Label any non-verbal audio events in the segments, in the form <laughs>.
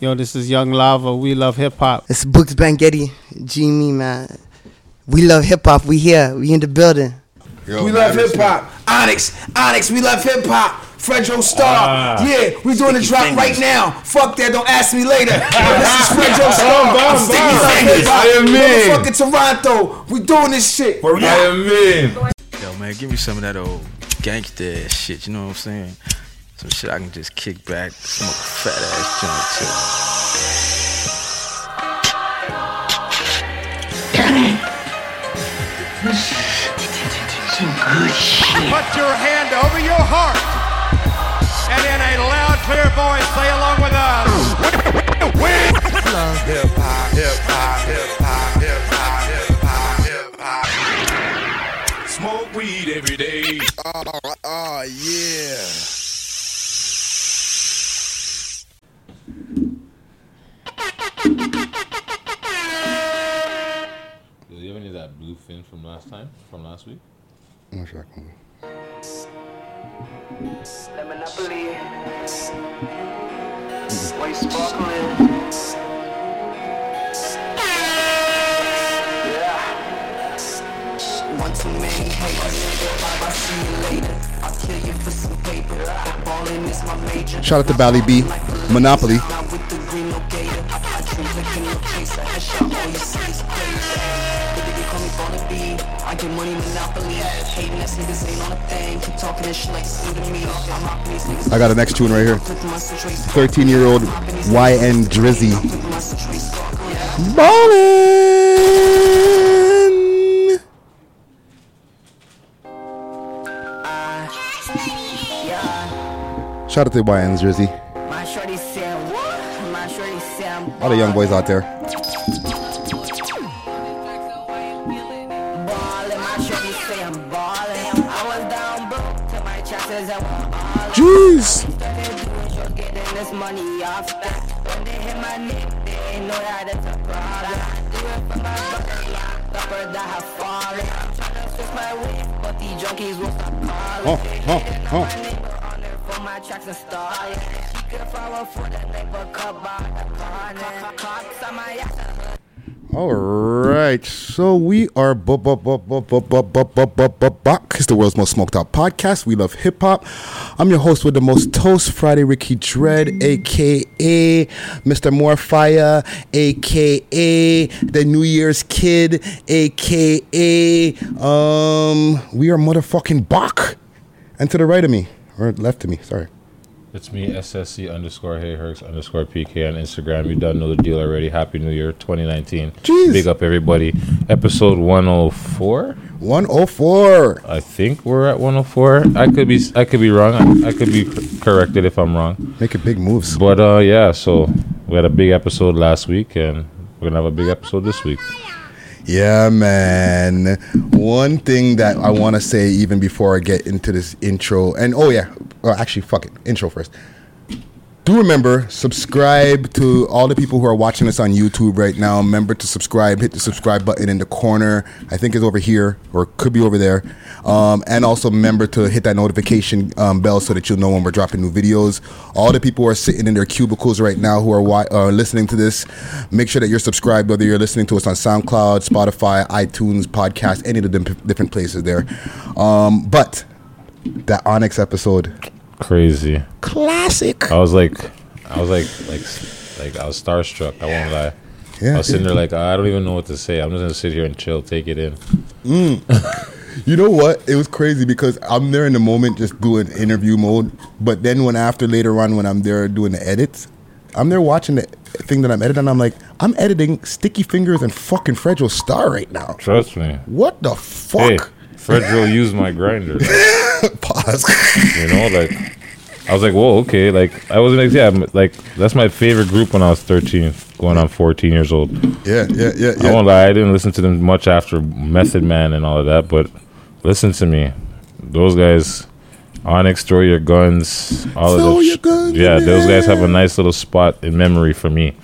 Yo, this is Young Lava. We love hip hop. It's Books Bangetti, Jimmy, E, man. We love hip hop. We here. We in the building. Yo, Oh, we love hip hop. Onyx, Onyx, we love hip hop. Fredro Star. Ah. yeah, we doing a drop right now. Fuck that, don't ask me <laughs> later. this is Fredro Star. Bum, bum, Sticky bum. fingers. I am me. Motherfucking Toronto. We doing this shit. I am in. Yo, man, give me some of that old gangster ass shit. You know what I'm saying? Some shit I can just kick back, smoke a fat ass joint Put your hand over your heart and in a loud, clear voice say along with us. Smoke weed every day. Do you have any of that blue fin from last time? From last week? Lemonopoly. White sparkling. One too many haters. I see you later. I'll kill you for some paper. Ballin' is my major. Shout out to Bally B, Monopoly. Not with the green, no gator. I treat like a no chaser. I shot all your cities crazy. But they can call me Bonnie B. I get money, monopoly. Hating ass niggas ain't on a thing. Keep talking this shit like it's new to me. I'm not these niggas. I got the next tune right here. Took my situation. 13 year old YN Drizzy. Ballin'! Shout out to YN Drizzy. My shorty said what? My shorty said A lot of young boys out there. ballin'. My shorty said I'm ballin'. I was down broke to my chances and all Jeez! I could do was just getting this money off back. When they hit my neck, they ain't know that it's a problem. Do it for my brother, yeah. The bird that have fallen. Tryna switch my way, but the junkies will stop calling. Oh, oh, oh. For my tracks and star, yeah. She could follow for the night, but cut by the corner. Cops on my ass. All right, so we are bu- bu- bu- bu- bu- bu- bu- bu- bu- bu- back. It's the world's most smoked out podcast. We love hip hop. I'm your host with the most toast, Friday Ricky Dread, aka Mr. Morfire, aka the New Year's Kid, aka um, we are motherfucking Bach. And to the right of me, or left of me, sorry. It's me, SSC underscore Hey Herx underscore PK on Instagram. You done know the deal already. Happy New Year 2019. Jeez. Big up everybody. Episode 104. 104. I think we're at 104. I could be I could be wrong. I, I could be cor- corrected if I'm wrong. Making big moves. But uh yeah, so we had a big episode last week and we're gonna have a big episode this week. Yeah, man. One thing that I want to say even before I get into this intro, and oh yeah, well, actually, fuck it, intro first. Do remember subscribe to all the people who are watching us on YouTube right now. Remember to subscribe. Hit the subscribe button in the corner. I think it's over here or it could be over there. Um, and also remember to hit that notification um, bell so that you'll know when we're dropping new videos. All the people who are sitting in their cubicles right now who are wa- uh, listening to this, make sure that you're subscribed. Whether you're listening to us on SoundCloud, Spotify, iTunes, podcast, any of the dim- different places there. Um, but that Onyx episode, Crazy. classic. I was like, I was like, like, like I was starstruck. I won't lie. Yeah. I was sitting there like, I don't even know what to say. I'm just gonna sit here and chill, take it in. You know what? It was crazy because I'm there in the moment just doing interview mode, but then when after later on when I'm there doing the edits, I'm there watching the thing that I'm editing. I'm like, I'm editing Sticky Fingers and fucking Fredro Star right now. Trust me. What the Hey, fuck? Fred will use my grinder. <laughs> Pause. You know, like I was like, whoa, okay. Like I wasn't like, yeah, I'm- like that's my favorite group when I was 13, going on 14 years old. yeah, yeah, yeah, I yeah. won't lie, I didn't listen to them much after Method Man and all of that. But listen to me, those guys, Onyx, throw your guns, all Throw of those. your guns yeah, in those the guys have a air. nice little spot in memory for me.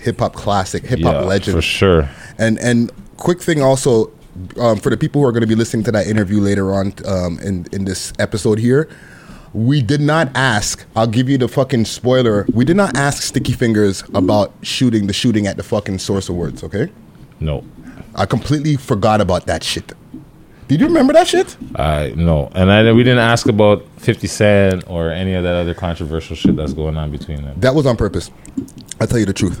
Hip hop classic, hip hop yeah, legend. for sure. And and quick thing also um, for the people who are going to be listening to that interview later on um, in in this episode here, We did not ask. I'll give you the fucking spoiler. We did not ask Sticky Fingers about shooting the shooting at the fucking Source Awards. Okay, No. I completely forgot about that shit. Did you remember that shit? I no, and I we didn't ask about Fifty Cent or any of that other controversial shit that's going on between them. That was on purpose. I'll tell you the truth.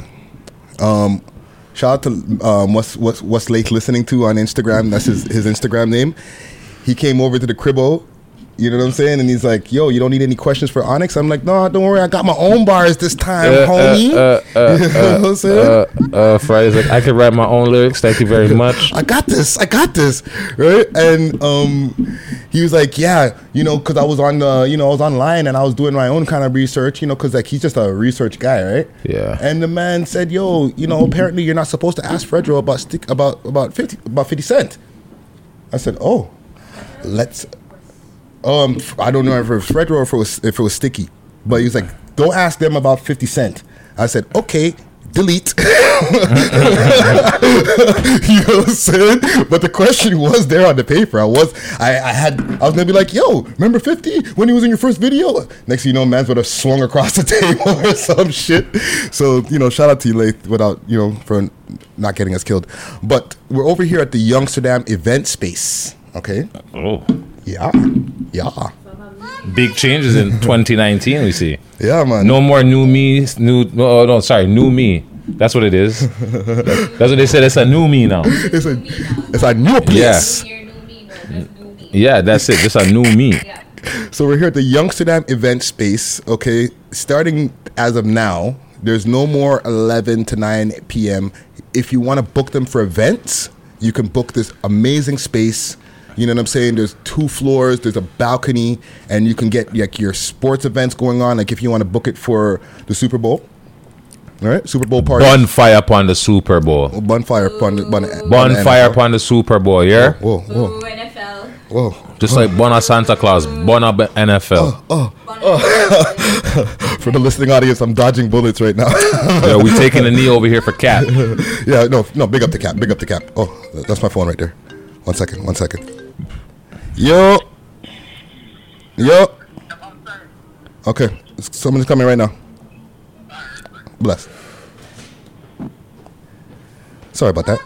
Um, shout out to um, what's what's what's late listening to on Instagram. That's his his Instagram name. He came over to the cribbo. You know what I'm saying? And he's like, "Yo, you don't need any questions for Onyx." I'm like, "No, don't worry. I got my own bars this time, Uh, homie." uh, uh, uh, <laughs> you know what I'm saying? Uh, uh, Friday's like, I can write my own lyrics. Thank you <laughs> very much. I got this. I got this. Right? And um, he was like, yeah, you know, because I was on the, you know, I was online and I was doing my own kind of research, you know, because like he's just a research guy, right? Yeah. And the man said, yo, you know, apparently you're not supposed to ask Fredro about stick about about fifty about fifty cent. I said, oh, let's. Um, I don't know if it was Fredro or if it was if it was Sticky, but he was like, don't ask them about fifty cent. I said, okay. Delete. <laughs> you know what I'm saying? But the question was there on the paper. I was, I, I had, I was gonna be like, yo, remember 50 when he was in your first video? Next thing you know, man's would have swung across the <laughs> table or some shit. So, you know, shout out to you, Lath, without, you know, for not getting us killed. But we're over here at the Youngsterdam event space, okay? Oh, Yeah, yeah, big changes in 2019. We see yeah, man. no more new me, new no, oh, no, sorry, new me. That's what it is. That's what they said. It's a new me now. It's a, it's a new place. Your new me, no, just new me. Yeah, that's it. Just a new me. Yeah. So we're here at the Youngsterdam event space. Okay, starting as of now, there's no more 11 to 9 p.m. If you want to book them for events, you can book this amazing space. You know what I'm saying? There's two floors. There's a balcony, and you can get like your sports events going on. Like if you want to book it for the Super Bowl, all right? Super Bowl party, Bonfire upon the Super Bowl. bonfire, bun, bun, Bonfire upon the Super Bowl. Yeah, Whoa, whoa, Ooh, NFL. whoa! just like Bona Santa Claus, Bona B- NFL. For the listening audience, I'm dodging bullets right now. Yeah, we taking a knee over here for Cap. <laughs> Yeah, no, no, big up the cap, big up the cap. Oh, that's my phone right there. One second, one second. Yo. Yo. Okay, someone's coming right now. Bless. Sorry about that.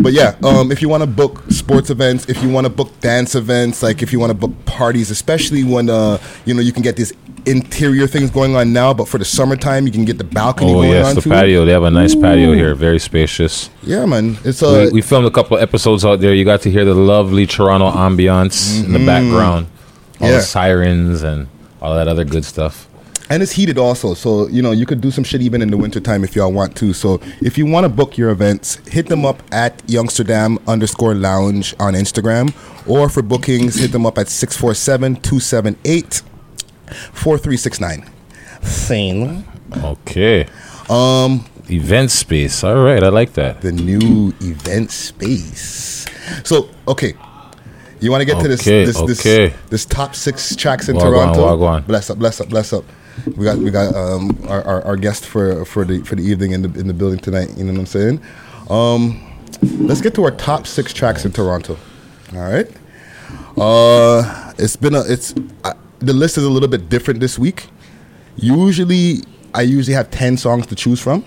But yeah, um, if you want to book sports events, if you want to book dance events, like if you want to book parties, especially when uh, you know you can get these interior things going on now, but for the summertime you can get the balcony Oh going yes, on the too. patio. They have a nice patio here. Very spacious. Yeah, man. It's uh, we, we filmed a couple of episodes out there. You got to hear the lovely Toronto ambiance in the background, all Mm-hmm. Yeah. the sirens and all that other good stuff. and it's heated also. So you know you could do some shit even in the wintertime if y'all want to. So if you want to book your events, hit them up at Youngsterdam underscore Lounge on Instagram, or for bookings, hit them up at 647-278-4369. Same. Okay. Um, event space. All right, I like that. The new event space. So okay. You want to get to this Okay, this, okay. this this top six tracks in Wagwan, Toronto. wagwan. Bless up, bless up, bless up. We got we got um, our, our our guest for for the for the evening in the in the building tonight. You know what I'm saying? Um, let's get to our top six tracks in Toronto. All right. Uh, it's been a it's uh, the list is a little bit different this week. Usually, I usually have ten songs to choose from.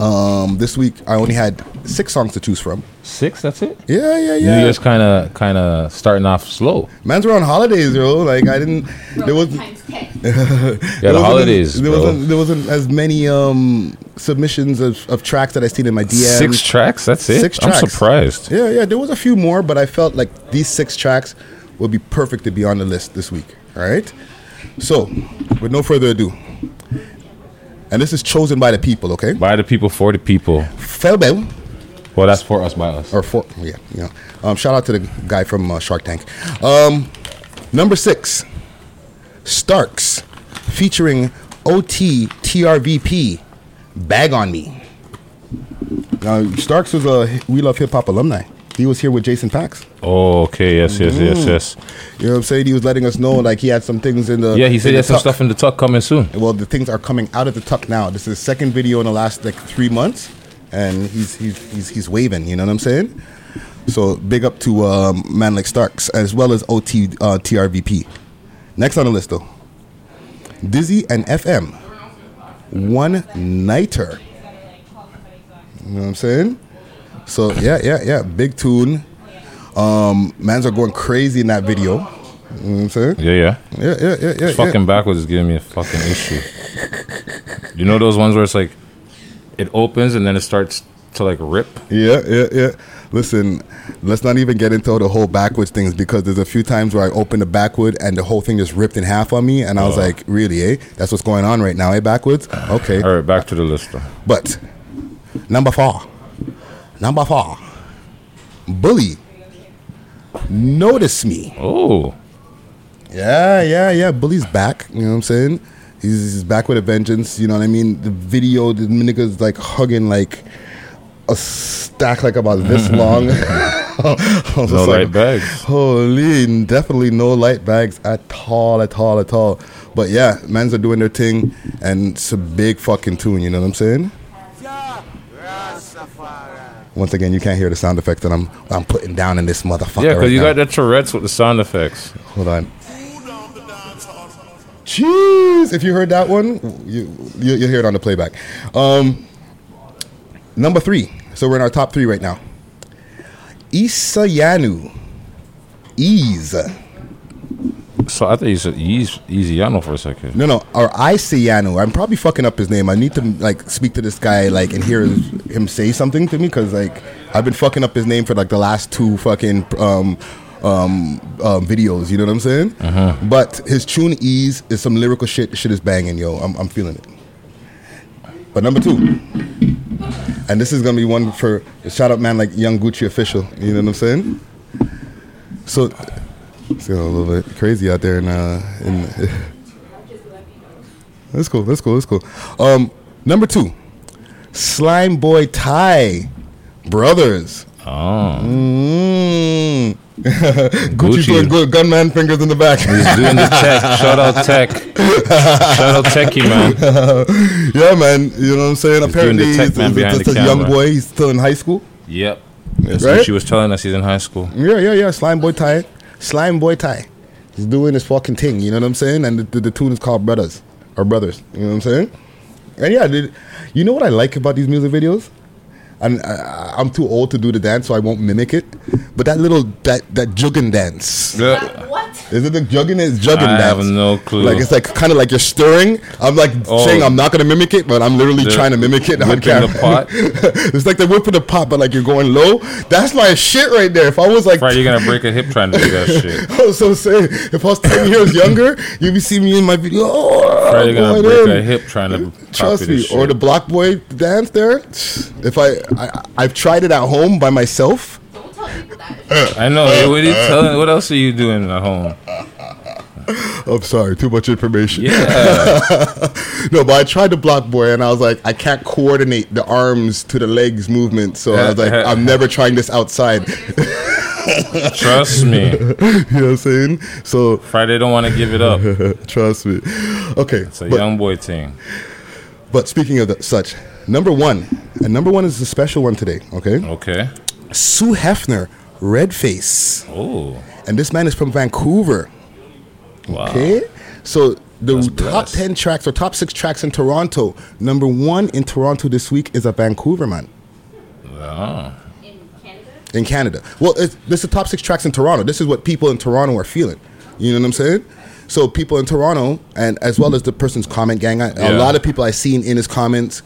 Um, this week I only had six songs to choose from. Six. That's it. Yeah, yeah, yeah. New Year's kind of kind of starting off slow. Man's were on holidays, bro. Like I didn't. There was Times 10. Yeah, there the wasn't- holidays, There bro. wasn't there wasn't as many um submissions of, of tracks that I seen in my DM. Six tracks. That's it. Six I'm tracks. surprised. Yeah, yeah. There was a few more, but I felt like these six tracks would be perfect to be on the list this week. All right. So, with no further ado, and this is chosen by the people. Okay. By the people, for the people. Felbel Well, that's for us, by us. or four. Yeah, you know. Um, shout out to the guy from uh, Shark Tank. Um, number six, Starks, featuring OT TRVP, Bag on Me. Now Starks was a We Love Hip Hop alumni. He was here with Jason Pax. Oh, okay. Yes, yes, yes, Mm. yes. You know what I'm saying? He was letting us know like he had some things in the Yeah, he said he in the has some tuck. stuff in the tuck coming soon. Well, the things are coming out of the tuck now. This is the second video in the last like three months, and he's he's he's, he's waving. You know what I'm saying? So big up to um, Manlik Starks as well as OT uh, TRVP. Next on the list though, Dizzy and FM, one nighter. You know what I'm saying? So yeah, yeah, yeah. Big tune. Um, mans are going crazy in that video. You know what I'm saying? Yeah, yeah. Yeah, yeah, yeah, yeah. fucking backwards is giving me a fucking issue. you know those ones where it's like it opens and then it starts to like rip. Yeah, yeah, yeah. Listen, let's not even get into the whole backwards things because there's a few times where I opened the backwood and the whole thing just ripped in half on me, and I was Oh. like, "Really, eh? That's what's going on right now, eh? Backwards? Okay." All right, back to the list. Though. But number four, number four, bully. Notice me. Oh, Yeah, yeah, yeah. Bully's back. You know what I'm saying? He's, he's back with a vengeance. You know what I mean? The video, the niggas like hugging like a stack like about <laughs> this long. <laughs> I was no just light like, bags. Holy, definitely no light bags at all, at all, at all. But yeah, men's are doing their thing, and it's a big fucking tune. You know what I'm saying? Once again, you can't hear the sound effects that I'm I'm putting down in this motherfucker. Yeah, because right you got now. the Tourette's with the sound effects. Hold on. Jeez, if you heard that one, you, you you'll hear it on the playback. Um, number three. So we're in our top three right now. Issa Yanu. Ease. So I thought you said easy, easy Yano for a second. No, no, or Issa Yanu. I'm probably fucking up his name. I need to like speak to this guy like and hear him say something to me because like I've been fucking up his name for like the last two fucking um, um, um, videos. You know what I'm saying? But his tune Ease is some lyrical shit. Shit is banging, yo. I'm, I'm feeling it. But number two, and this is gonna be one for shout out man like Young Gucci official. You know what I'm saying? So it's getting a little bit crazy out there in uh, in. <laughs> That's cool. That's cool. That's cool. Um, number two, Slime Boy Ty Brothers. Oh, Mm. <laughs> Gucci, Gucci. putting good gunman fingers in the back. he's doing the tech. Shout out tech. Shout out techie man. <laughs> yeah, man. You know what I'm saying? He's doing the Apparently, tech he's, man he's behind just the a young camera. boy. He's still in high school. Yep. That's Right? what she was telling us. He's in high school. Yeah, yeah, yeah. Slime Boy Ty. Slime Boy Ty. He's doing his fucking thing. You know what I'm saying? And the, the, the tune is called Brothers or Brothers. You know what I'm saying? And yeah, dude, you know what I like about these music videos? And I, I- I'm too old to do the dance, so I won't mimic it. But that little that that juggin dance. Yeah. What? Is it the juggin? It's juggin I dance. have no clue. Like it's like kind of like you're stirring. I'm like Oh. saying I'm not gonna mimic it, but I'm literally The trying to mimic it <laughs> on whipping camera. the pot? it's like the whip of the pot, but like you're going low. That's my shit right there. If I was like Right, you're gonna break a hip trying to do that shit. <laughs> I was so saying, if I was 10 years younger, you'd be seeing me in my video. Oh, Right, you're gonna going break in. a hip trying to copy Trust me. this Or shit. the block boy dance there. If I, I, I've tried it at home by myself. Don't tell people that. I know. hey, What are you telling? What else are you doing at home? I'm sorry, too much information. Yeah. No, but I tried the block boy and I was like, I can't coordinate the arms to the legs movement. So <laughs> I was like, I'm never trying this outside. <laughs> <laughs> Trust me. you know what I'm saying? So <laughs> Friday don't want to give it up. It's trust me. Okay. a but- young boy thing. But speaking of the, such, number one, and number one is a special one today, okay? Okay. Sue Hefner, Redface. Oh. And this man is from Vancouver, Wow. okay? So the That's top blessed. 10 tracks or top six tracks in Toronto, number one in Toronto this week is a Vancouver man Wow. In Canada? in Canada. Well, it's, this is top six tracks in Toronto. This is what people in Toronto are feeling. You know what I'm saying? So people in Toronto, and as well as the person's comment gang, I, a Yeah. lot of people I seen in his comments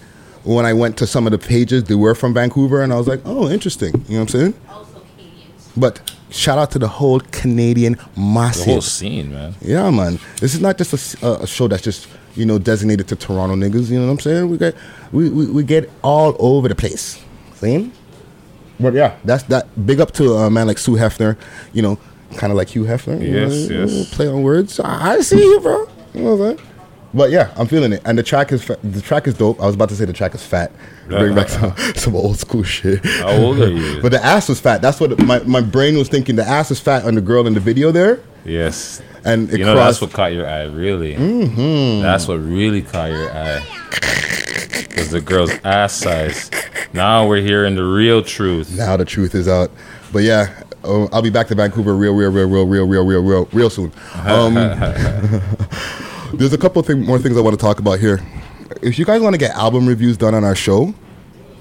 when I went to some of the pages, they were from Vancouver, and I was like, oh, interesting. You know what I'm saying? Also Canadians. But shout out to the whole Canadian The whole masses. scene, man. Yeah, man. This is not just a s- a, a show that's just you know designated to Toronto niggas. You know what I'm saying? We get we, we, we get all over the place. See? But yeah, that's that. Big up to a man like Sue Hefner. You know, kind of like Hugh Hefner. you know, Yes, you know, yes. Play on words. I I see you, bro. You know what I'm saying? But yeah, I'm feeling it, and the track is fa- the track is dope. I was about to say the track is fat. Uh-huh. Bring back some, <laughs> some old school shit. How old are you? But the ass was fat. That's what my, my brain was thinking. The ass was fat on the girl in the video there, Yes. and it you know that's crossed. what caught your eye, really. Mm-hmm. That's what really caught your eye. Was the girl's ass size. Now we're hearing the real truth. Now the truth is out. But yeah, oh, I'll be back to Vancouver real, real, real, real, real, real, real, real, real soon. Um, <laughs> there's a couple thing, more things I want to talk about here. If you guys want to get album reviews done on our show,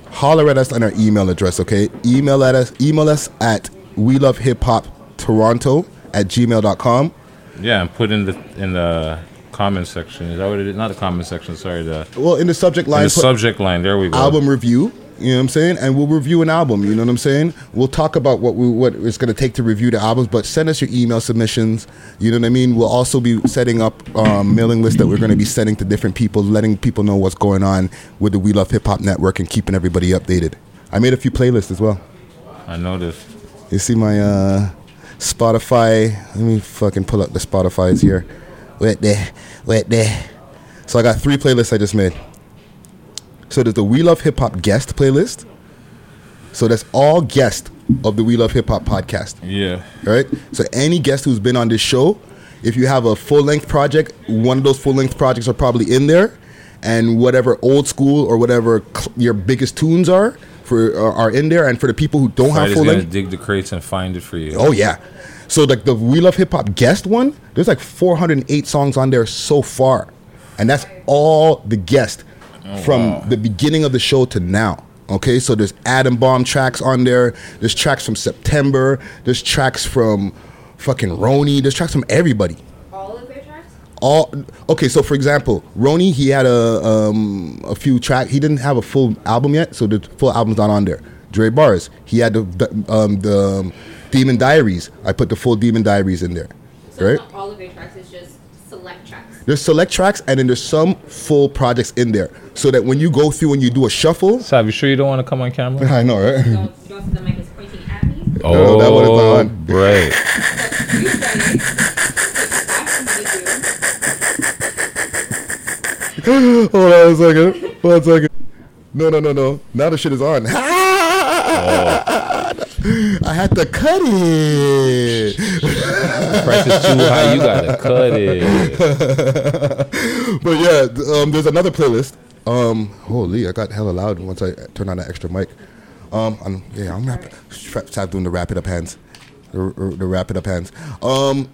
holler at us on our email address, okay? Email at us, email us at we love hip hop toronto at gmail.com. Yeah, and put in the in the comment section. Is that what it is? Not the comment section. Sorry, the, Well, in the subject in line, the put- subject line. There we go. album review. You know what I'm saying? And we'll review an album. You know what I'm saying? We'll talk about what we what it's going to take to review the albums. But send us your email submissions. You know what I mean? We'll also be setting up um, mailing lists that we're going to be sending to different people, letting people know what's going on with the We Love Hip Hop Network and keeping everybody updated. I made a few playlists as well. I noticed. You see my uh, Spotify. Let me fucking pull up the Spotify's here. Wait there, wait there. So I got three playlists I just made. So there's the We Love Hip Hop guest playlist. So that's all guests of the We Love Hip Hop podcast. Yeah. All right. So any guest who's been on this show, if you have a full length project, one of those full length projects are probably in there, and whatever old school or whatever cl- your biggest tunes are for are are in there. And for the people who don't Somebody's have full gonna length, dig the crates and find it for you. Oh yeah. So like the We Love Hip Hop guest one, there's like 408 songs on there so far, and that's all the guest from the beginning of the show to now. Okay, so there's Adam Bomb tracks on there. There's tracks from September. There's tracks from fucking Roni. There's tracks from everybody. All of their tracks? All okay. So for example, Roni, he had a um, a few track. He didn't have a full album yet, so the full album's not on there. Dre Bars, he had the the, um, the um, Demon Diaries. I put the full Demon Diaries in there, So right? it's not all of their tracks, it's just select tracks. There's select tracks, and then there's some full projects in there, so that when you go through and you do a shuffle, <laughs> Sab, you sure you don't want to come on camera? I know, right? So you don't see the mic is pointing at me. <laughs> No, that one is Oh, not on. <laughs> right. You said it. So you asked me to do. Hold on a second. One second. No, no, no, no. Now the shit is on. <laughs> I had to cut it. <laughs> Price is too high. You gotta cut it. <laughs> but yeah, th- um, there's another playlist. Um, holy, I got hella loud once I turned on that extra mic. Um, I'm, yeah, I'm rap- tra- stop doing the wrap it up hands, the, the wrap it up hands. Um,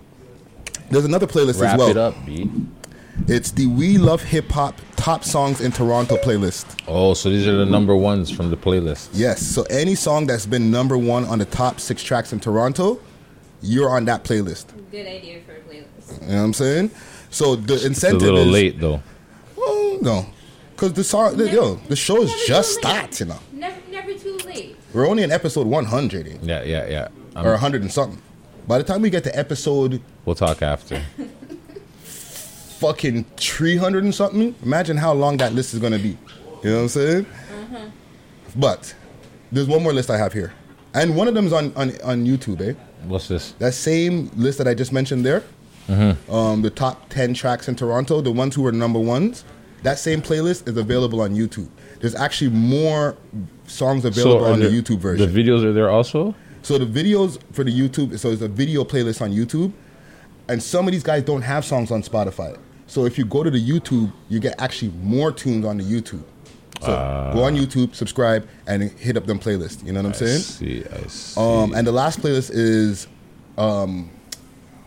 there's another playlist Wrap as well. it up, B. It's the We Love Hip Hop Top Songs in Toronto playlist. Oh, so these are the number ones from the playlist. Yes. So any song that's been number one on the top six tracks in Toronto, you're on that playlist. Good idea for a playlist. You know what I'm saying? So the It's a incentive little is late though. Oh, no, because the song, the, yo, the show's just starts. You know, Never, never too late. we're only in episode 100 eh, Yeah, yeah, yeah. Um, or 100 and something. By the time we get to episode We'll talk after. fucking 300 and something, imagine how long that list is gonna be. You know what I'm saying? But there's one more list I have here, and one of them's on on, on YouTube, eh? What's this? that same list that I just mentioned there, um, the top 10 tracks in Toronto, the ones who were number ones, that same playlist is available on YouTube. There's actually more songs available are on the, YouTube version. The videos are there also. so the videos for the YouTube, so it's a video playlist on YouTube, and some of these guys don't have songs on Spotify. So if you go to the YouTube, you get actually more tunes on the YouTube. So go on YouTube, subscribe, and hit up them playlist. You know what I'm I saying? see, I see. Um, and the last playlist is, um,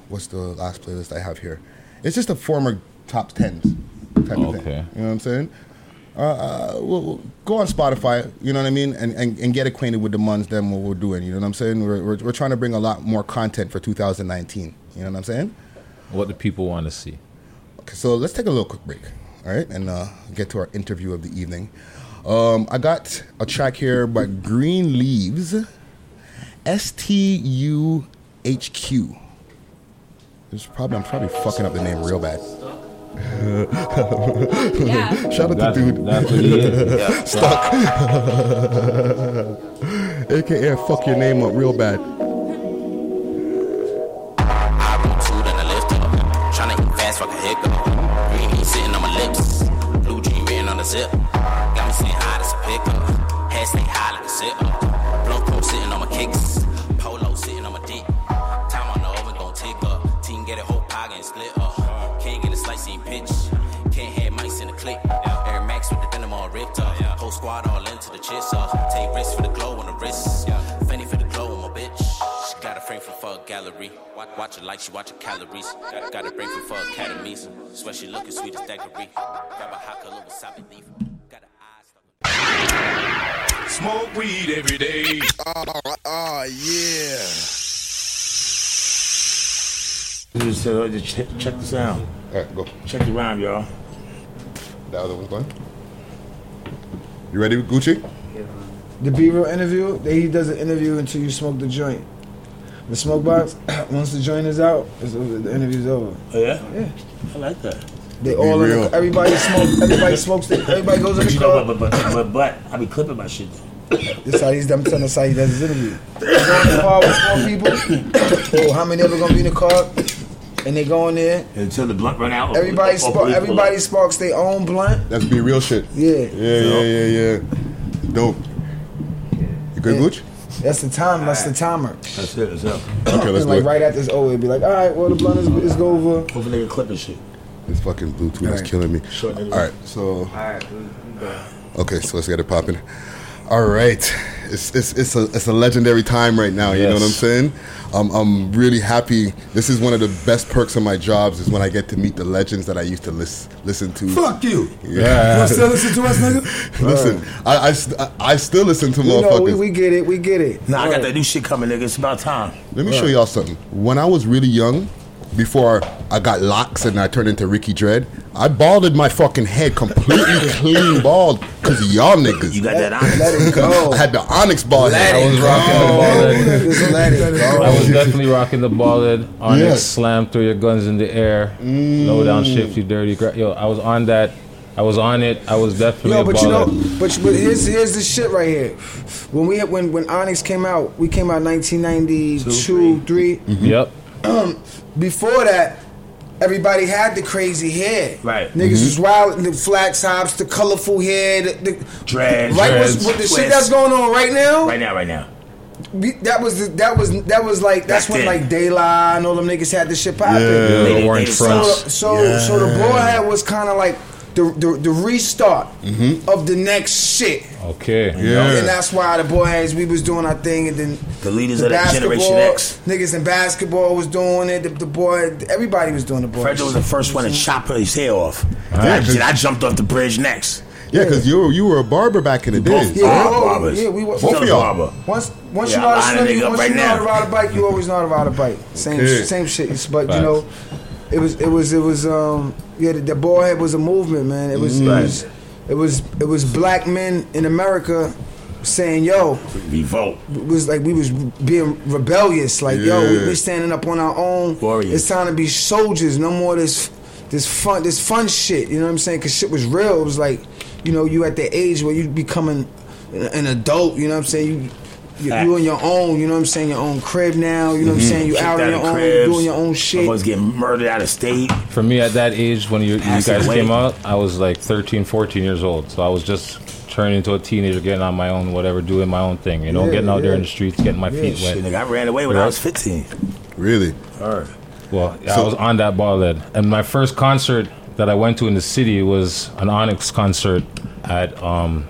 what's the last playlist I have here? It's just a former top tens type of Okay. thing. You know what I'm saying? Uh, uh, we'll, we'll go on Spotify, you know what I mean, and, and, and get acquainted with the months, then what we're doing. You know what I'm saying? We're, we're, we're trying to bring a lot more content for 2019. You know what I'm saying? what do people want to see? Okay, so let's take a little quick break, all right, and uh, get to our interview of the evening. Um, I got a track here by Green Leaves, S T U H Q. This is probably I'm probably fucking up the name real bad. Yeah. <laughs> Shout out to dude, that's what he is. <laughs> aka fuck your name up real bad. I be chewed in the lift up. Tryna eat fast, fuck a hiccup. Green ain't sitting on my lips. Blue jean written on the zip. Got me sitting hot as a pickup. Head stay high like a sit up. Blunt coat sitting on my kicks. Polo sitting on my dick. Time on the oven gon' tick up. Team get a whole pie and split up. Can't get a slice, ain't pitch. Can't have mice in the clip. Air Max with the denim all ripped up. Whole squad all into the chips up. Watch, watch it like she watching calories. Got, got a brain for fuck academies. Swear she looking sweet as daiquiri. Grab a hot color with sabi leaf. Smoke weed every day. Oh, oh yeah. Dude, so just check, check this out. Alright, go. Check the rhyme, y'all. The other one's gone. You ready, Gucci? The B roll interview, they, he does an interview until you smoke the joint. The smoke box, <clears throat> once the joint is out, it's over, the interview's over. Oh, yeah? Yeah. I like that. They all in the, everybody smokes everybody smokes the, everybody goes But in the you know, club. but, but, but, but, but I be clipping my shit. That's how he's I'm telling us how he does his interview. He's on the car with four people. Oh, how many ever gonna be in the car? And they go in there. Until the blunt run out. Everybody Or- or- spark, or- everybody sparks their own blunt. That's be real shit. Yeah. Yeah, yeah, yeah, yeah. Dope. You good, <coughs> Gucci? That's the time. That's the timer. That's it. That's it. Okay, let's do and like it. right after this over, it'd be like, all right, well the blunt is, is over. Hopefully they can clip and shit. This fucking Bluetooth Alright. is killing me. Sure, All nigga. right, so. Okay, so let's get it popping. All right, it's it's it's a it's a legendary time right now. You know what I'm Yes. saying? Um, I'm really happy. This is one of the best perks of my jobs is when I get to meet the legends that I used to lis- listen to. Fuck you. Yeah. <laughs> You wanna still listen to us, nigga? <laughs> listen, I, I, st- I, I still listen to You motherfuckers. know, we, we get it. We get it. Nah, I got that new shit coming, nigga. It's about time. Let me show y'all something. When I was really young, before I got locks and I turned into Ricky Dread, I balded my fucking head <laughs> completely clean bald because of y'all niggas. You got that onyx. Let <laughs> it go. I had the onyx bald head. I was rocking the bald head. I <laughs> was definitely rocking the ball head. Onyx Yes. slam throw your guns in the air. Mm. Low down shift, you dirty. Gra- Yo, I was on that. I was on it. I was definitely Yo, a but ball you know, head. but, but here's here's the shit right here. When we when when Onyx came out, we came out 1992, three. Mm-hmm. Yep. Um, before that, everybody had the crazy hair. Right. Mm-hmm. Niggas was wild, the flat tops, the colorful hair, the, the Dreads. Right, what's- Dreads. what the shit Twists. that's going on right now. Right now, right now. we- That was the, that was that was like that's Back when then. like De La and all them niggas had the shit popping. Yeah, the orange So fronts. so, so the boy hat was kind of like the, the the restart Mm-hmm. of the next shit. Okay. And that's why the boys we was doing our thing, and then The leaders of that Generation basketball- X. niggas in basketball was doing it. The, the boy, everybody was doing the boy. Fredo was the first one to chop his hair off. And Yeah, I, 'cause- and I jumped off the bridge next. Yeah, because you were, you were a barber back in the day. Yeah, we all- yeah, we were- Both of y'all. Once once Yeah, you know I'm how to lining swim, nigga up once right you know how to now. ride a bike, you always know how to ride a bike. Same Okay. same shit. It's- But you Facts. know, it was it was it was um yeah the, the ball head was a movement, man. It was, Mm. it was it was it was black men in America saying yo Revolt. it was like we was being rebellious like yo we, Yeah. we standing up on our own Warriors. it's time to be soldiers no more this this fun this fun shit you know what i'm saying because shit was real it was like you know you at the age where you becoming an adult you know what i'm saying you you, you on your own, you know what I'm saying? Your own crib now, you Mm-hmm. know what I'm saying? You Kicked out on of your own, you cribs. doing your own shit. I was getting murdered out of state. For me, at that age, when you, you Pass guys it away. came out, I was like 13, 14 years old. So I was just turning into a teenager, getting on my own, whatever, doing my own thing. You know, Yeah, getting out there yeah. in the streets, getting my Yeah, feet wet. shit, nigga, I ran away when I was 15. Really? All right. Well, yeah, So- I was on that ball head. And my first concert that I went to in the city was an Onyx concert at um,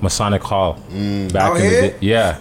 Masonic Hall. Back Mm. Out in here? the day. Yeah.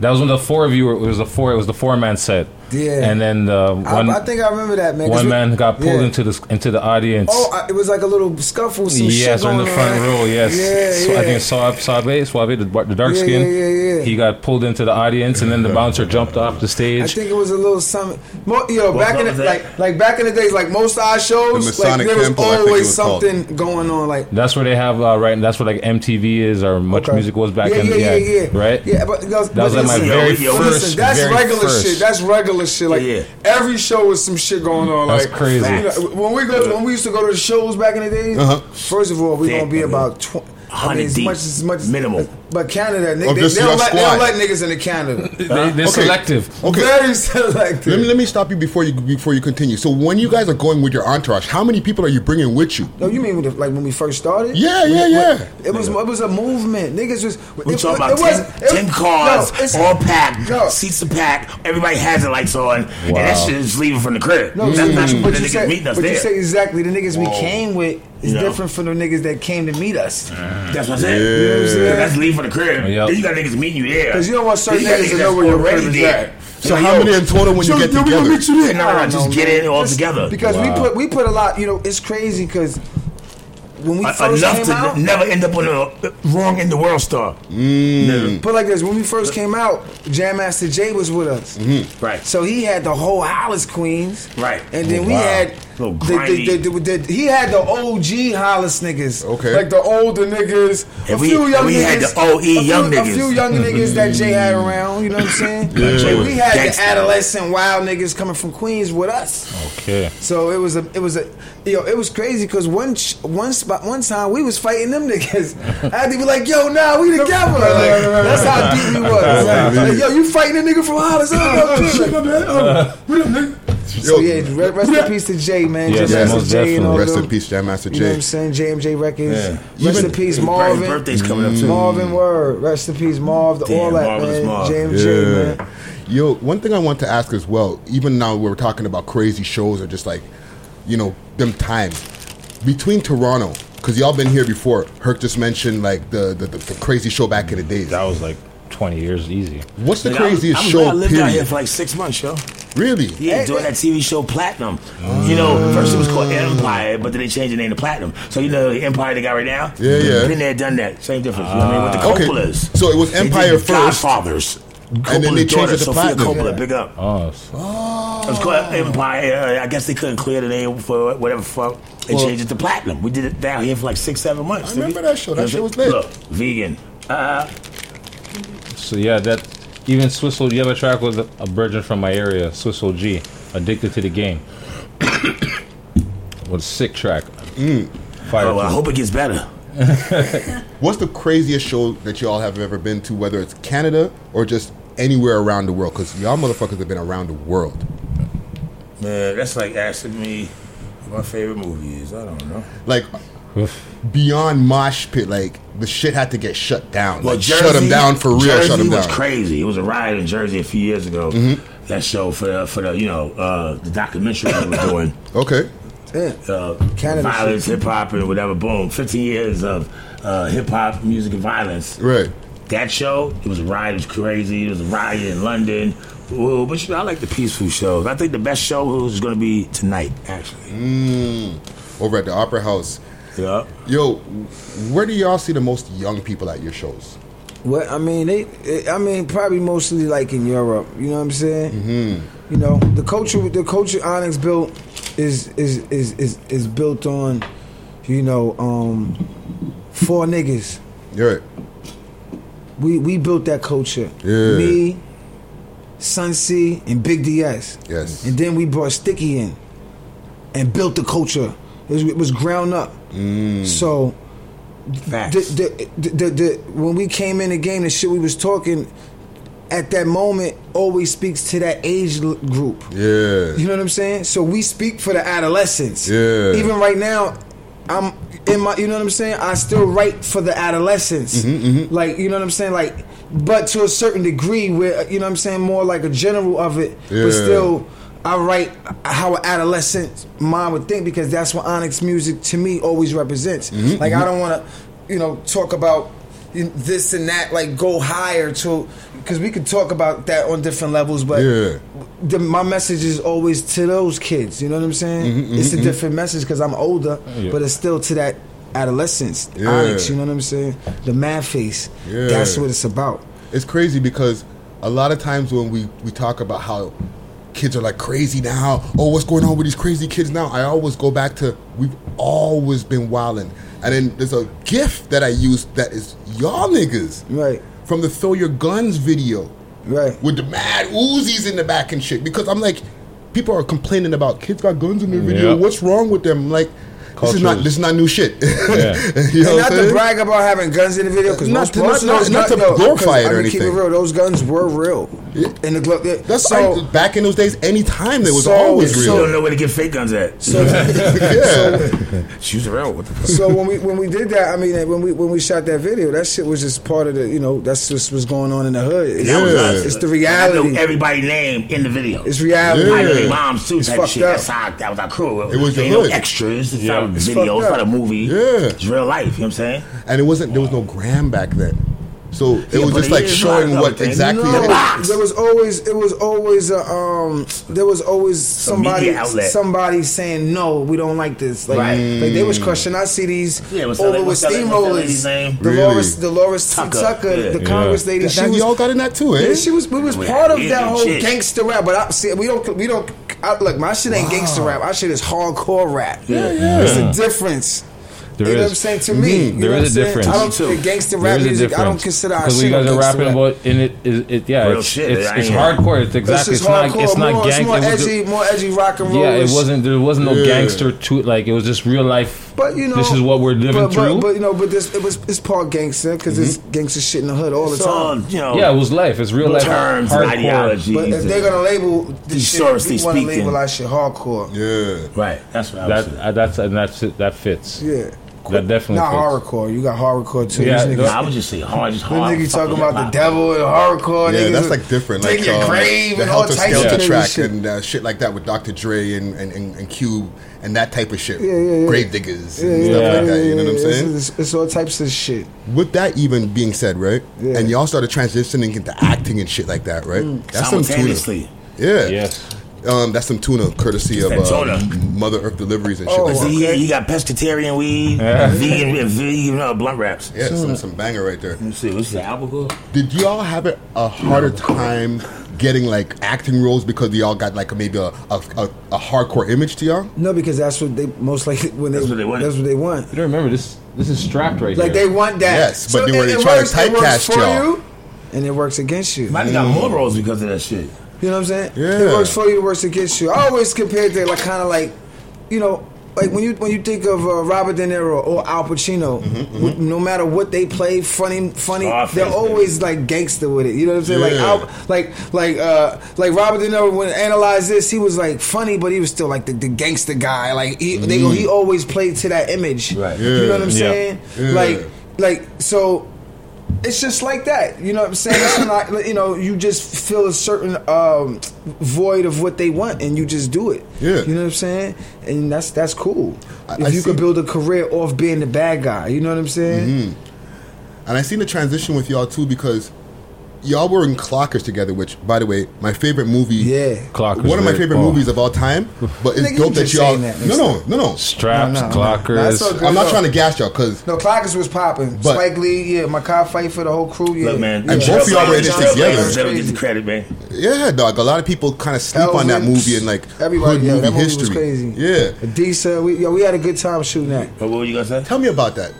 That was when the four of you were, it was the four, it was the four man set. Yeah. And then the one, I, I think I remember that, man. 'cause one we- man got pulled yeah. into the, into the audience. Oh, I, it was like a little scuffle, some yes, shit or in going the front on. row. Yes, Yeah, so yeah. I think Saab, Sabe, Suave, the, bar- the dark Yeah, skin. yeah, yeah, yeah. He got pulled into the audience, and then <laughs> the bouncer jumped off the I stage. think it was a little something. Mo, yo, What back in was the, that? like like back in the days, like most of our shows, The like Masonic there was Temple, I think it always was called. something going on. Like That's where they have uh, right. That's where like MTV is, or much music was back yeah, in. yeah, the yeah, yeah, Right. Yeah, but that was, That was, like, my very first- that's very regular first. shit. That's regular shit. Like every show was some shit going on. That's like crazy. you know, when we go, when we used to go to the shows back in the days. Uh-huh. First of all, we gonna be about twenty. I mean, 100 as deep. much as much as Minimal. But Canada, Of nigga, they, just they, your don't let, they don't squad. let niggas into <laughs> Canada. Okay. Very <laughs> selective. Let me, let me stop you before you before you continue. So when you guys are going with your entourage, how many people are you bringing with you? No, you mean with the, like when we first started? Yeah, yeah, When- yeah. when- It was it was a movement. Niggas was We it, talking it about was- 10, it- 10 cars, no, it's- all packed, seats are packed, everybody has their lights on, and Wow. that shit is leaving from the crib. No, that's see, not when but the you niggas say, meeting us but there. you say exactly the niggas we Whoa. came with is You know? different from the niggas that came to meet us. that's what I'm saying. You know what I'm saying? That's leaving from the crib. Yep. Then you got niggas meeting you there. Because you don't want certain Then you got niggas to know where that's your crib already is there. at. So how many in total when you get then we together? gonna meet you there. No, I no, don't just know, get man. in all Just- together. Because we put we put a lot. You know, it's crazy because when we Uh, first enough came to out, n- never end up on a uh, wrong in the world star. Never. Put it like this: when we first came out, Jam Master Jay was with us, Mm-hmm. right? So he had the whole Hollis Queens, Right. And then Oh, we wow. had Little the, the, the, the, the- he had the OG Hollis niggas, okay, like the older niggas, And we- and we had the OE a few- young a niggas. few young niggas that Jay had around. You know what I'm saying? Mm-hmm. Yeah. Jay was We had gangsta. the adolescent wild niggas coming from Queens with us. Okay. So it was a, it was a, yo, it was crazy because one, ch- one spot, one time we was fighting them niggas. I had to be like, yo, nah, we together. Like, that's how deep we was. Right, Like, right. yo, you fighting a nigga from Hollis? <laughs> Oh, shit, my bad. Oh, what up, nigga? Uh, So yeah, re- rest in peace to Jay, man. Yes, Jam yes, Master most Jay and definitely. all Rest them. in peace, Jam Master You know what I'm Jay. saying? JMJ Records. Yeah. Rest Even- in peace, his Marvin. birthday's coming up, too. Marvin Word. Rest in peace, Marv. Damn, all that, Marvelous man. Marv. JMJ, man. Yo, one thing I want to ask as well, even now we're talking about crazy shows or just like, you know, them time. Between Toronto, because y'all been here before, Herc just mentioned like the, the, the, the crazy show back in the days. That was like 20 years easy. What's the Nigga, I'm- craziest I'm show, glad I lived out here period? for like six months, yo. Really? Yeah, doing that TV show Platinum. You know, first it was called Empire, but then they changed the name to Platinum. So you know the Empire they got right now? Yeah, yeah. Been there, done that. Same difference. you know what I mean? With the Ah. Okay, Coppolas. so it was They did Empire the first. Godfathers. And then they Coppola's changed it daughter, to Sophia Platinum. Ah. Coppola, Yeah. big up. Oh, It was called Empire. uh, I guess they couldn't clear the name for whatever fuck. They Well- changed it to Platinum. We did it down here for like six, seven months. I didn't remember we? that show. That You know shit what was lit. I'm saying? Look, vegan. Uh, So yeah, that even Swiss Old, you have a track with a virgin from my area, Swiss Old G, addicted to the game. was a sick track. Fire. oh, I hope it gets better. What's the craziest show that y'all have ever been to, whether it's Canada or just anywhere around the world? Because y'all motherfuckers have been around the world. Man, that's like asking me what my favorite movie is. I don't know. Like, beyond mosh pit, like, the shit had to get shut down. Well, like, shut them down for real, Jersey shut them was down. crazy. It was a riot in Jersey a few years ago. Mhm. That show for the, for the you know uh, the documentary they were <coughs> doing. Okay. Uh, Canada violence, shit. hip hop, and whatever. Boom. Fifteen years of uh, hip hop music and violence. Right. That show, it was a riot. It was crazy. It was a riot in London. Ooh, but you know, I like the peaceful shows. I think the best show is going to be tonight, actually. Mm, over at the Opera House. Yeah. Yo, where do y'all see the most young people at your shows? What I mean, they. eh, I mean, probably mostly like in Europe. You know what I'm saying? You know, the culture, the culture Onyx built is is is is, is built on, you know, um, four niggas. You're right. We we built that culture. Yeah. Me, Sunsea, and Big DS. Yes. And then we brought Sticky in, and built the culture. It was, it was ground up. Mm. So Facts. the, the, the, the, the, when we came in the game, the shit we was talking at that moment always speaks to that age l- group. Yeah. You know what I'm saying? So we speak for the adolescents. Yeah. Even right now, I'm in my. You know what I'm saying? I still write for the adolescents. Mm-hmm, Like you know what I'm saying? Like, but to a certain degree, where uh, you know what I'm saying more like a general of it, Yeah. but still. I write how an adolescent mind would think because that's what Onyx music to me always represents. Mhm, Like I mhm. don't want to, you know, talk about in- this and that. Like go higher to, because we could talk about that on different levels. But Yeah. the, my message is always to those kids. You know what I'm saying? Mhm, mhm, it's a mhm. different message because I'm older, Yeah. but it's still to that adolescence. Yeah. Onyx, you know what I'm saying? The mad face. Yeah. That's what it's about. It's crazy because a lot of times when we, we talk about how kids are like crazy now, oh, what's going on with these crazy kids now? I always go back to we've always been wildin'. And then there's a gift that I use that is y'all niggas. Right. From the Throw Your Guns video. Right. With the mad Uzis in the back and shit. Because I'm like, people are complaining about kids got guns in their video. Yeah. What's wrong with them? I'm like, this is not Cultures. this is not new shit. <laughs> Yeah. You know what and not I'm to saying? brag about having guns in the video because Not most, to- most not- of those not- guns, not to no, 'cause glorify it I or mean, keep anything. real, those guns were real. And the glo- That's so, I- back in those days. Any time there was So- always You real. don't know where to get fake guns at. <laughs> So, Shoes around. What the fuck? <laughs> so when we when we did that, I mean, when we when we shot that video, that shit was just part of the you know that's just what's going on in the hood. It's, That was us. it's the I reality. know everybody's name in the video. It's reality. I know their Yeah. moms too. It's Type of fucked shit. up. That's how, that was our crew. It was They the no hood. extras. It's Yeah. not a It's video. fucked It's not a up. movie. Yeah. It's real life. You know what I'm saying? And it wasn't. There was no gram back then. So it was but just he like is showing locked what up, man. exactly. No, there was always it was always uh, um there was always somebody media outlet. somebody saying no we don't like this like, Right. like they was crushing I see these Yeah, what's that- over with what's that- what's that lady's steamrollers name? Dolores Really? Dolores Tucker, Tucker, Tucker yeah. the Yeah. Congress lady That- she that- was y'all got in that too, eh? yeah she was we was Yeah, part of yeah, that whole shit. gangster rap but I see we don't we don't I, look my shit ain't gangster rap our shit is hardcore rap Ah. Yeah, yeah. it's a difference. There you know is. what I'm saying? To me, Mhm. you There know what is I'm a saying? difference. I don't, the gangster There rap is a music, I don't difference. consider our Because shit what you guys no are gangster rapping rap. about in it is it yeah Real it's shit, it's, I it's ain't- hardcore it's exactly This it's is not it's hardcore, not more, it's gang more it was edgy, more edgy rock and roll. yeah it ish. wasn't there wasn't no Yeah. gangster to it like it was just real life But you know, this is what we're living but, through Mm-hmm. But, but you know, but this it was it's part gangster because it's gangster shit in the hood all the It's time. all, you know, yeah it was life it's real life terms and hardcore ideologies But if and- they're gonna label These this shit, shorts they we want to speak in. label our shit hardcore. Yeah, right. That's what I was that uh, that's and that's it, that fits Yeah. that definitely Not fits. hardcore. You got hardcore too. Yeah, These niggas- no, I would just say hard, just Them hard niggas fucking talking about hip-hop. the devil and hardcore. Yeah, niggas that's with- like different. Dig Like your um, grave the and all Helter types of Skelter crazy track shit. and uh, shit like that with Dr. Dre and and, and, and Cube and that type of shit. Yeah, yeah, yeah. Grave diggers Yeah, and yeah, stuff yeah, like that. yeah, You know what I'm yeah, saying? It's, it's- it's all types of shit. With that even being said, right? And y'all started transitioning into acting and shit like that, right? Mm, Simultaneously. Yeah. Um, that's some tuna, courtesy of That uh, tuna. Mother Earth deliveries and shit Oh, like so that. he, he got pescatarian weed, Yeah. vegan, vegan uh, blunt wraps. Yeah, some, some banger right there. Let's see, what's the album called? Did y'all have a, a harder time getting like acting roles because y'all got like maybe a, a, a, a hardcore image to y'all? No, because that's what they most likely when they that's what they want. you don't remember this this is strapped right Like here they want that. Yes, but So they were it- it trying works- to it works typecast for y'all. you, and it works against you. Might have got more roles because of that shit. You know what I'm saying? Yeah. It works for you, it works against you. I always compare to like kind of like, you know, like when you when you think of uh, Robert De Niro or Al Pacino, Mm-hmm, wh- no matter what they play, funny, funny, Scarface, they're baby. always like gangster with it. You know what I'm saying? Yeah. Like Al, like like uh, like Robert De Niro when analyzed this, he was like funny, but he was still like the, the gangster guy. Like he they, Mm. he always played to that image. Right. You know what I'm Yeah. saying? Yeah. Like like so it's just like that. You know what I'm saying? It's not, you know, you just feel a certain um, void of what they want, and you just do it. Yeah. You know what I'm saying? And that's that's cool. if I you see- could build a career off being the bad guy, you know what I'm saying? Mhm. And I seen the transition with y'all too because y'all were in Clockers together, which, by the way, my favorite movie. Yeah, Clockers, One of my right. favorite Oh. movies of all time. But it's Nigga, you dope that just y'all. saying that no, next no, time. no, no. Straps, No, no, no. Clockers. No, it's all good, I'm not no. trying to gas y'all because No, Clockers was popping. But- Spike Lee, yeah, Makai Fight for the whole crew, yeah. Look, man, yeah. And both of y'all were in this together. Trailblazers, Trailblazers, Never crazy. get the credit, man. yeah, dog. A lot of people kind of sleep on that Elvin, movie and like Everybody, hood yeah, movie that movie history. was crazy. Yeah, Adisa, we, yo, we had a good time shooting that. What were you gonna say? Tell me about that.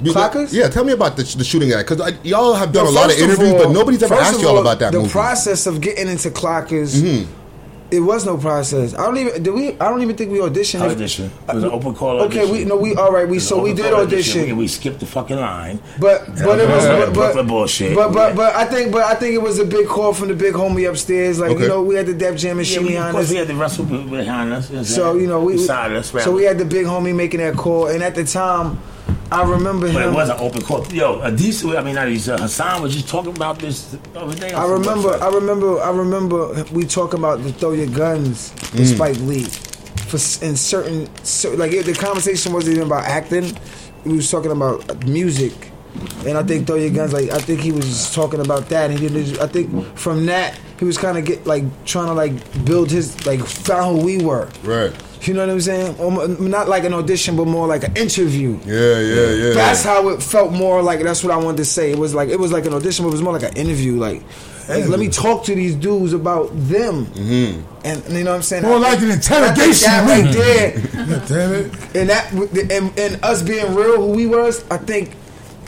Clockers? Yeah, tell me about the, the shooting at because y'all have done a No, lot of first interviews, all- but nobody's ever first asked of y'all all, about that the movie. Mm-hmm. process of getting into Clockers, it was no process. I don't even did we. I don't even think we auditioned. I If- auditioned. It was an open call Okay, audition. we no, we all right. It We was so an we open did call audition, We, we skipped the fucking line. but but it was Brooklyn but, but bullshit. But but but I think but I think it was a big call from the big homie upstairs. Like Okay. you know, we had the Def Jam and yeah, Shimmy we, of on course us. we had the Russell behind us. Yes, So yeah. you know we beside us. so we had the big homie making that call, and at the time, I remember But him. it was an open call. Yo, Adisa, I mean, not Adisa, Hassan was just talking about this the other day. on I some remember, website. I remember, I remember. We talking about the throw your guns with Mm. Spike Lee for s- in certain, cer like it, the conversation wasn't even about acting. We was talking about music, and I think throw your guns. Like I think he was just talking about that. And he didn't. I think from that he was kind of get like trying to like build his like found who we were. Right. You know what I'm saying? Um, Not like an audition, but more like an interview. Yeah, yeah, yeah. That's how it felt more like. That's what I wanted to say. It was like it was like an audition, but it was more like an interview. Like, like, let me talk to these dudes about them, Mm-hmm. and, and you know what I'm saying. More I- like an I think interrogation that room. right there, Damn it. and that and, and us being real who we was, I think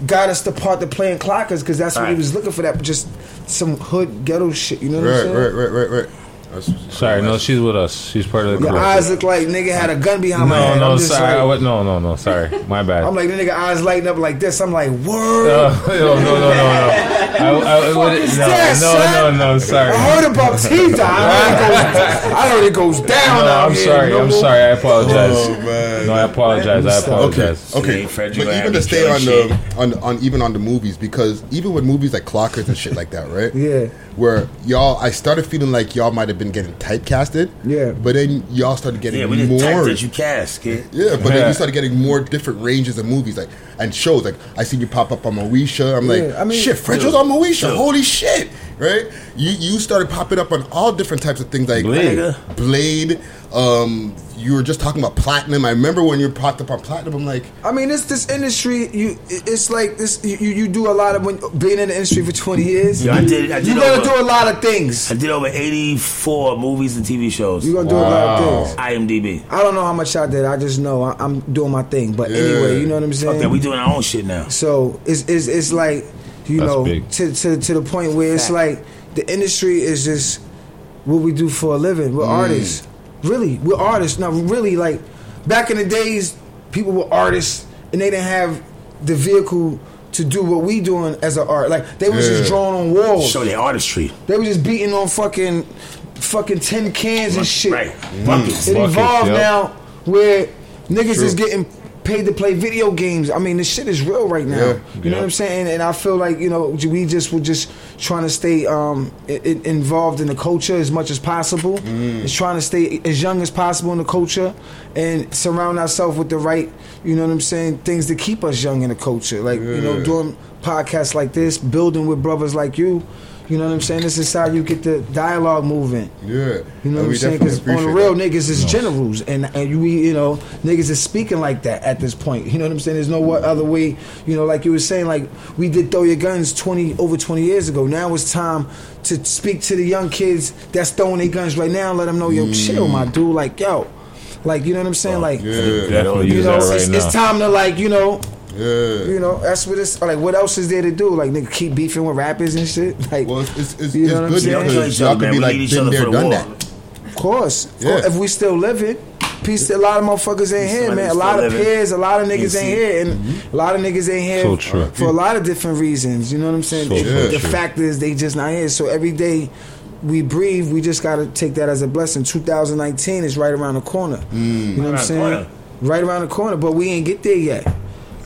got us the part to playing clockers because that's what he Right. was looking for. That just some hood ghetto shit. You know what I'm Right, saying? right, right, right, right. sorry no she's with us she's part of the Your crew eyes look like nigga had a gun behind my no head. no I'm just sorry I Like, wa- no no no sorry my bad <laughs> I'm like the nigga eyes lighting up like this. I'm like, word. No, no, no, no, no, no. I, I, I wouldn't. No, Yeah, no, no, no. Sorry. I heard about T Dot. I heard it goes down. No, out I'm here. sorry. No I'm more- sorry. I apologize. Oh, man. No, I apologize. I apologize. Okay, See, okay. Fred, you but had even to me stay on killing the on, on even on the movies because even with movies like Clockers and shit like that, right? <laughs> Yeah. Where y'all, I started feeling like y'all might have been getting typecasted. Yeah. But then y'all started getting Yeah, we didn't more. type that you cast, kid. Yeah, but then Yeah. you started getting more different ranges of movies, like and shows. Like I seen you pop up on Moesha. I'm like, Yeah, I mean- shit, French was Dude, on Moesha. dude. Holy shit, right? You you started popping up on all different types of things, like Blade. like Blade. Um, you were just talking about platinum. I remember when you popped up on platinum. I'm like, I mean, it's this industry. You, it's like this. You, you you do a lot of when being in the industry for twenty years. Yeah, I did. I did You're gonna over- do a lot of things. I did over 84 movies and TV shows. You're gonna do a lot of things. IMDb. I don't know how much I did. I just know I, I'm doing my thing. But anyway, you know what I'm saying. Fuck that. We doing our own shit now. So it's it's, it's like you That's know big. to, to to the point where it's like the industry is just what we do for a living. We're Mm. artists, really. We're artists now. Really, like back in the days, people were artists and they didn't have the vehicle to do what we doing as an art. Like they was Yeah. just drawing on walls. Show their artistry. They were just beating on fucking fucking tin cans and shit. Right. Buckets. It Buckets, evolved yep. now where niggas True. is getting paid to play video games. I mean, this shit is real right now. Yeah, You yeah. know what I'm saying? And I feel like, you know, we just were just trying to stay um, i- i- involved in the culture as much as possible. It's trying to stay as young as possible in the culture and surround ourselves with the right, you know what I'm saying, things to keep us young in the culture. Like, you know, Yeah. doing podcasts like this, building with brothers like you. You know what I'm saying? This is how you get the dialogue moving. yeah. You know And what I'm we saying? definitely Because on the appreciate real, that. niggas is generals, and and you we, you know niggas is speaking like that at this point. You know what I'm saying? There's no what other way. You know, like you were saying, like we did throw your guns twenty over twenty years ago. Now it's time to speak to the young kids that's throwing their guns right now. and Let them know, Mm. yo, chill, my dude. Like yo, like you know what I'm saying? Like Definitely you use know, that right it's, now. it's time to like you know. Yeah. You know, that's what it's like. What else is there to do? Like, nigga, keep beefing with rappers and shit. <laughs> Like, well, it's, it's, you know it's good what I'm saying? because y'all could be like been there, done that. Of course. Of Yeah. course. If we still living, peace to a lot of motherfuckers ain't here, man. A lot of living. Mm-hmm. peers, a lot of You niggas see? ain't here. And a lot of niggas ain't here So true. for a lot of different reasons. You know what I'm saying? So, so the true. fact is they just not here. So every day we breathe, we just gotta take that as a blessing. 2019 is right around the corner. You know Right around what I'm the saying? corner. Right around the corner, but we ain't get there yet.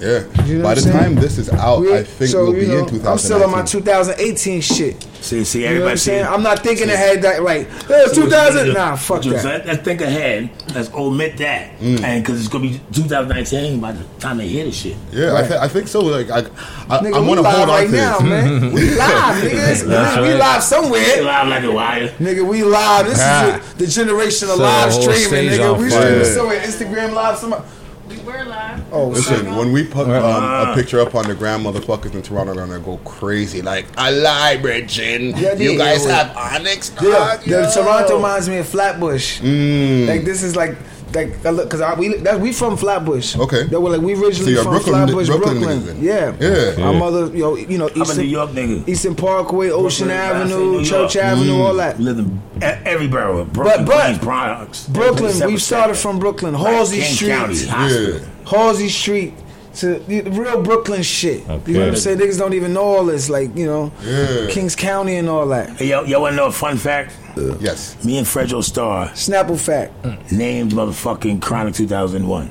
Yeah. You know By what the I'm saying? time this is out, Oh, I think so, we'll you be know, in 2000. I'm still on my 2018 shit. See, see, You know what everybody I'm see. saying? I'm not thinking see. ahead that like, eh, So what you 2000. need to- Nah, fuck what you- that. let- Let's think ahead. Let's omit that, and because it's gonna be 2019 by the time they hear this shit. Yeah, I, th- I think so. Like I, I, Nigga, I we want to live hold on right to now, this. <laughs> man. We live, nigga. That's We right. live somewhere. We live like a wire. Nigga, we live. This Ah. is the generation Set the of live whole streaming, stage nigga. on We fire. streaming somewhere. Instagram live somewhere. We were live. Oh, Listen, shit. when we put um, Uh-uh. a picture up on the grand motherfuckers in Toronto, they're gonna go crazy. Like, I lie, Bridget. Yeah, you yeah, guys yeah. have Onyx. Yeah, Dog, the Ah, yo. Toronto reminds me of Flatbush. Mm. Like this is like like uh, look, cause I, we that, we from Flatbush. Okay. that we're like we originally you're from Brooklyn- Flatbush, Brooklyn Brooklyn. niggas then? Yeah, Yeah. Our Yeah. mother, you know, you know, I'm a Eastern, New York nigga. Eastern Parkway, Ocean Brooklyn, I say New Avenue, York. Church Avenue, Mm. all that. We live in e- every borough. Brooklyn, but- Queens, Bronx, Brooklyn, Separate we started from Brooklyn, Right, Halsey King Street, County Hospital. Halsey Street to the real Brooklyn shit. You know what I'm Okay. saying? Niggas don't even know all this, like you know, Yeah. Kings County and all that. Hey, y'all, y'all want to know a fun fact? Yes. Me and Fredro Starr Snapple fact. named motherfucking Chronic 2001. I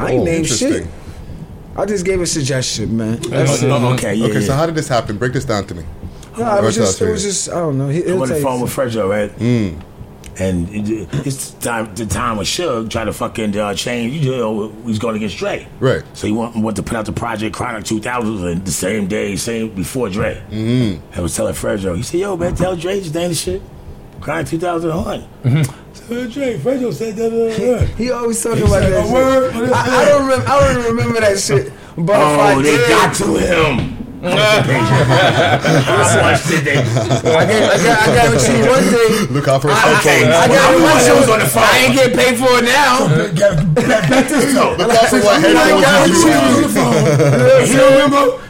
Oh, Oh, ain't named shit. I just gave a suggestion, man. That's it. Oh, okay, yeah, okay. yeah. So how did this happen? Break this down to me. No, it was Or just, tell it us, was yeah. just, I don't know. He, I he'll went on the tell phone you. with Fredro, right? Mm. And it- it's time the time with Suge trying to fucking uh, change. You know, he's going against Dre. Right. <gasps> So he want, want to put out the project Chronic 2000 and the same day, same before Dre. Mm-hmm. Mm. I was telling Fredro, he said, "Yo, man, tell Dre just name the shit Chronic 2001." So Dre, Fredro said that. He, he always talking He about said, that. "A shit. word for this I, I don't remember. I don't even remember that shit. But if I oh, they did- got to <laughs> him. I watched it. They, I got, I got, I got with you one day. Look out for I, I, I got with you. I ain't getting paid for it now. Back this up. Look out for what <laughs> I headphones got you you use. on the phone. You don't remember?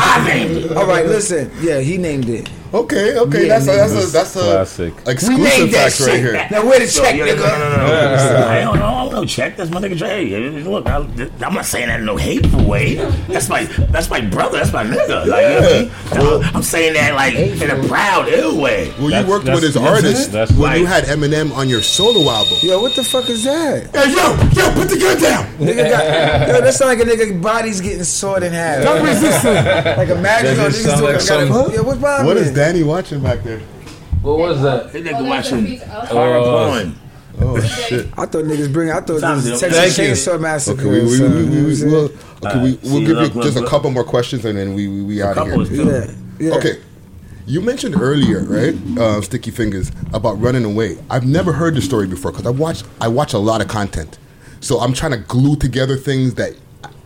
I named it. All right, listen. Yeah, he named it. Okay, okay, Yeah, that's a, that's a nigga. that's a Classic. exclusive Rename that fact right shit. here. Now, where the So, check, yeah, nigga? No, no, no, no. Listen, I don't know. I don't know. Check. That's my nigga. Hey, look, I, I'm not saying that in no hateful way. That's my that's my brother. That's my nigga. Like, you know what I mean? I'm saying that like in a proud, ill way. Well, you worked with his artist when you had Eminem on your solo album. Yo, what the fuck is that? Hey, yo, yo, put the gun down. Nigga got, yo, that sound like a nigga body's getting sawed in half. Don't resist it. Like imagine That yo, just niggas sound doing like some- gotta- Yeah, what's bothering What is you? Danny watching back there? uh, What was that? That nigga watching Oh. Uh, horror porn. <laughs> Oh shit. I thought niggas bring. I thought Sounds this was dope. Texas Thank you. Chainsaw Massacre. Okay, we, we, son, we, you know we, what I'm we, saying? will okay, we, Alright, we'll see, give look, you look, just a look. couple more questions and then we we, we out couple of is here. good. Yeah, yeah. Okay, you mentioned earlier, right, uh, Sticky Fingers, about running away. I've never heard the story before because I watch I watch a lot of content, so I'm trying to glue together things that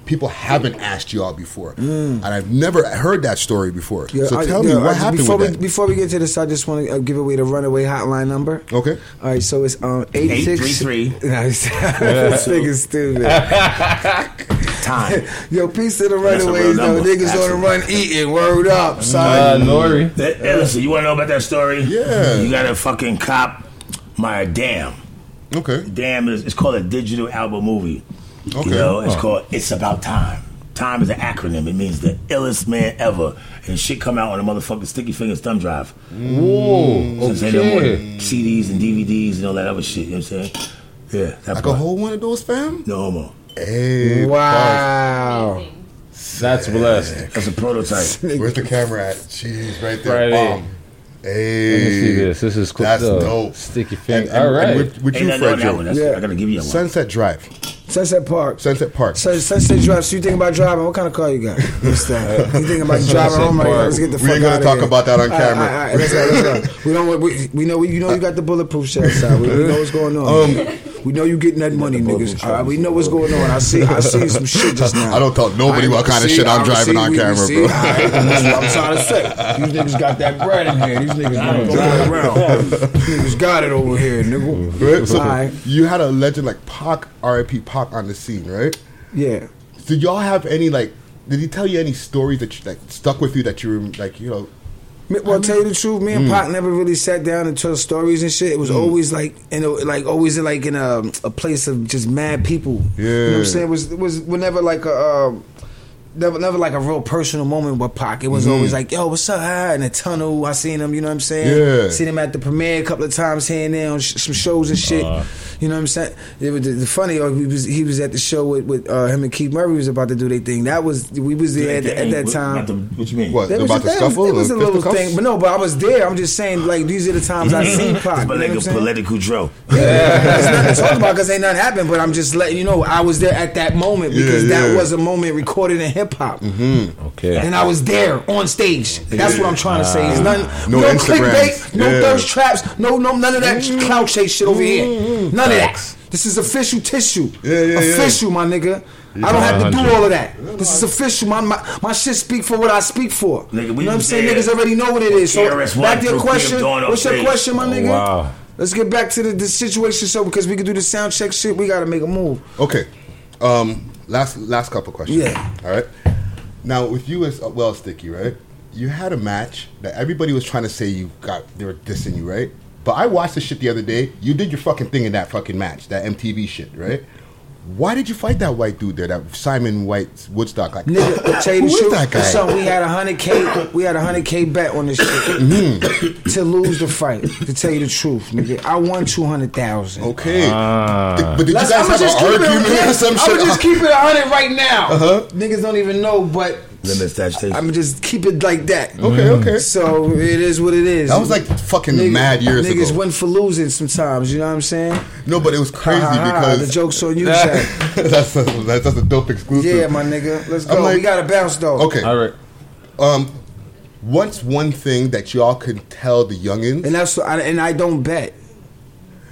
people haven't asked you all before, and I've never heard that story before. Mm. Yeah, so I- tell yeah, me I- what happened before with we, that. Before we get to this, I just want to uh, give away the runaway hotline number. Okay. All right, so it's um eight six 833. <laughs> This <laughs> nigga stupid. <laughs> Time. Yo, peace to the That's a real runaways though. number. Niggas on Absolutely. the run eating. Word up, son. Uh, Nori. That- hey, listen, you want to know about that story? Yeah. You got a fucking cop my dam. Okay. Dam is it's called a digital album movie. Okay. You know, it's Huh. called It's About Time. Time is an acronym. It means the illest man ever. And shit come out on a motherfucking sticky fingers thumb drive. Whoa. Since they don't Okay. want CDs and DVDs and all that other shit. You know what I'm saying? Yeah. That Like a part. whole one of those, fam. No homo. Hey, Wow. That's blessed. That's a <laughs> prototype. pause. where's the camera at? Jeez, right there. Right there. Bomb. Let me see Hey, this. This is cool. that's though. dope. Sticky And- finger. and- All right. and with, with Ain't you, nothing on that one. Fredro, That's, Yeah. I gotta give you that one. Sunset Drive, Sunset Park. Sunset Park. So Sunset Drive. So you thinking about driving? What kind of car you got? <laughs> What's that? You thinking about driving home right now? Let's get the We fuck ain't gonna outta talk here. about that on All right, camera. all right, all right, let's go, let's go. We don't. We, we know. You know. You got the bulletproof shit outside. We, we know what's going on. Um, we know you getting that money, niggas. All right, we know what's going on. I see. I <laughs> see some shit just now. I don't tell nobody I what kind of see, shit I'm I driving see, on we camera, see. bro. All <laughs> right, that's what I'm trying to say. These niggas got that bread in here. These niggas don't play <laughs> around. These niggas got it over here, nigga. Right? So All right. you had a legend like Pac, RIP Pac, on the scene, right? Yeah. Did y'all have any like? Did he tell you any stories that you, that stuck with you that you were like you know? Me- Well, tell you the truth, me and Pac never really sat down and told stories and shit. It was always like in a, like always in like in a, a place of just mad people. you know what Yeah. I'm saying? It was it was we're never like a. Um, Never, never like a real personal moment with Pac. It was always like, "Yo, what's up?" Ah, in the tunnel, I seen him. You know what I'm saying? Yeah. Seen him at the premiere a couple of times here and there on sh- some shows and shit. you know what I'm saying? It was the, the funny. uh, He was he was at the show with, with uh, him and Keith Murray was about to do their thing. That was we was there at, the- at that What- time. What, the- what you mean? <laughs> What? That was, about just- the that was- scuffle? it was a and little fisticuffs? thing, but no, but I was there. I'm just saying, like these are the times <laughs> I seen It's Pac. You my know what I'm nigga saying? political drill. There's nothing to talk about because ain't nothing happened. But I'm just letting you know I was there at that moment Yeah, because that yeah. Mm-hmm. was a moment recorded in hip hop, Okay. and I was there on stage. That's what I'm trying to say. It's nothing, No no, Instagrams. clickbait, no Yeah. Mm-hmm. thirst traps, no, no, none of that clout chase shit over here. None of that. This is official tissue. Yeah, yeah, yeah. official, my nigga. I don't have to do 100. all of that. This is official. My, my my shit speak for what I speak for. Nigga, we you know what I'm was saying? there. Niggas already know what it is. So KRS-One back to your through question. Kim Dawn on What's your stage. question, Oh, my nigga? Wow. Let's get back to the, the situation, so because we can do the sound check shit, we gotta make a move. Okay. Um. Last last couple questions. Yeah. All right. Now with you as well, Sticky, right? You had a match that everybody was trying to say you got they were dissing you, right? But I watched the shit the other day. You did your fucking thing in that fucking match, that MTV shit, right? Why did you fight that white dude there, that Simon White Woodstock? Like, <gasps> Nigga, to tell you the who is truth, that guy? son, we had a hundred k, we had a hundred k bet on this Hmm, shit to lose the fight. To tell you the truth, nigga, I won two hundred thousand. okay, Ah. Did- but did you guys I'ma have an argument it, or some I'm shit? Uh-huh. <laughs> just keep it a hundred right now. Niggas don't even know, but Limit saturation. I'm just keep it like that. okay, okay. So it is what it is. That was like fucking Niggas- mad years niggas ago. win for losing sometimes. You know what I'm saying? no, but it was crazy Ha, ha, ha, because the joke's <laughs> on you, Jack. that's, a, that's a dope exclusive. Yeah, my nigga. Let's I'm go. like- we gotta bounce though. Okay. All right. Um, what's one thing that y'all can tell the youngins? And that's I, and I don't bet.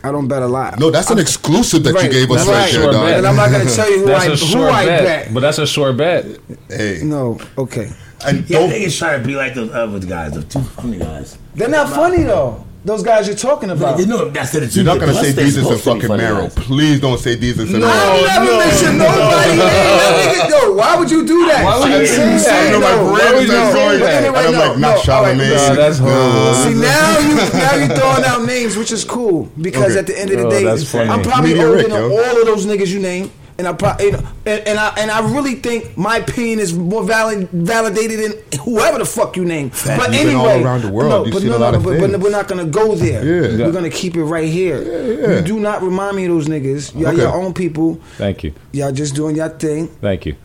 I don't bet a lot. no, that's an exclusive that you Right, gave us that's right, right. there, Sure dog. bet. and I'm not <laughs> gonna tell you who That's I a who short I bet, bet. but that's a short bet. Hey, No, okay. and Yeah, don't niggas trying to be like those other guys, the two funny guys. They're not funny though. Those guys you're talking about. you know that's the You're not gonna Plus, say they these is a supposed to be fucking funny marrow. guys. Please don't say these is a No, marrow. I <laughs> never mention nobody. name. That nigga, yo, why would you do that? Why would you See, do that? see, I know my no, friends why would that's you- going no, there. anyway, And I'm no, like, not no, all right, Charlemagne. listen. Nah, that's horrible. See, now you now <laughs> you throwing out names, which is cool because Okay. at the end of the Yo, day, that's funny. I'm probably Media older Rick, than yo. all of those niggas you name. And I probably and, and I and I really think my opinion is more valid validated than whoever the fuck you name. Fact. But You've been all anyway, around the world. No, You've but seen a no, lot no, of but, but things. we're not gonna go there. Yeah. We're gonna keep it right here. yeah. You do not remind me of those niggas. Y'all Okay. your own people. Thank you. Y'all just doing y'all thing, Thank you.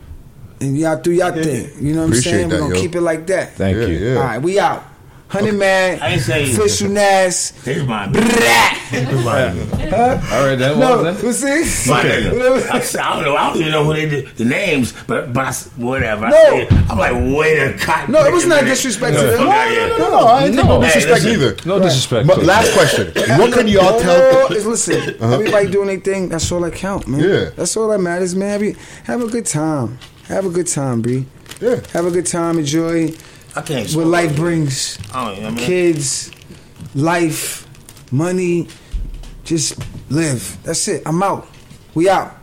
and y'all do y'all thing. You know what Appreciate I'm saying? that, We're gonna yo. keep it like that. Thank you. All right, we out. Honey man, I ain't say- fish you nas. They remind me. They remind me. Huh? All right, then. No, what was you see? My Okay. nigga. <laughs> I, said, I don't know. I don't even know who they did, the names, but but I, s- whatever. I No. said, I'm like, wait a cotton. No, it was not disrespect to No, them. no, no, I ain't no, no disrespect either. No disrespect. But last question. <laughs> What can y'all Overall, tell? is listen, Uh-huh. everybody doing their thing. That's all that count, man. Yeah. that's all that matters, man. Have, you- have a good time. Have a good time, Bree. Yeah, have a good time. Enjoy. I can't. What life brings. I don't know, man. Kids, life, money. Just live. That's it. I'm out. We out.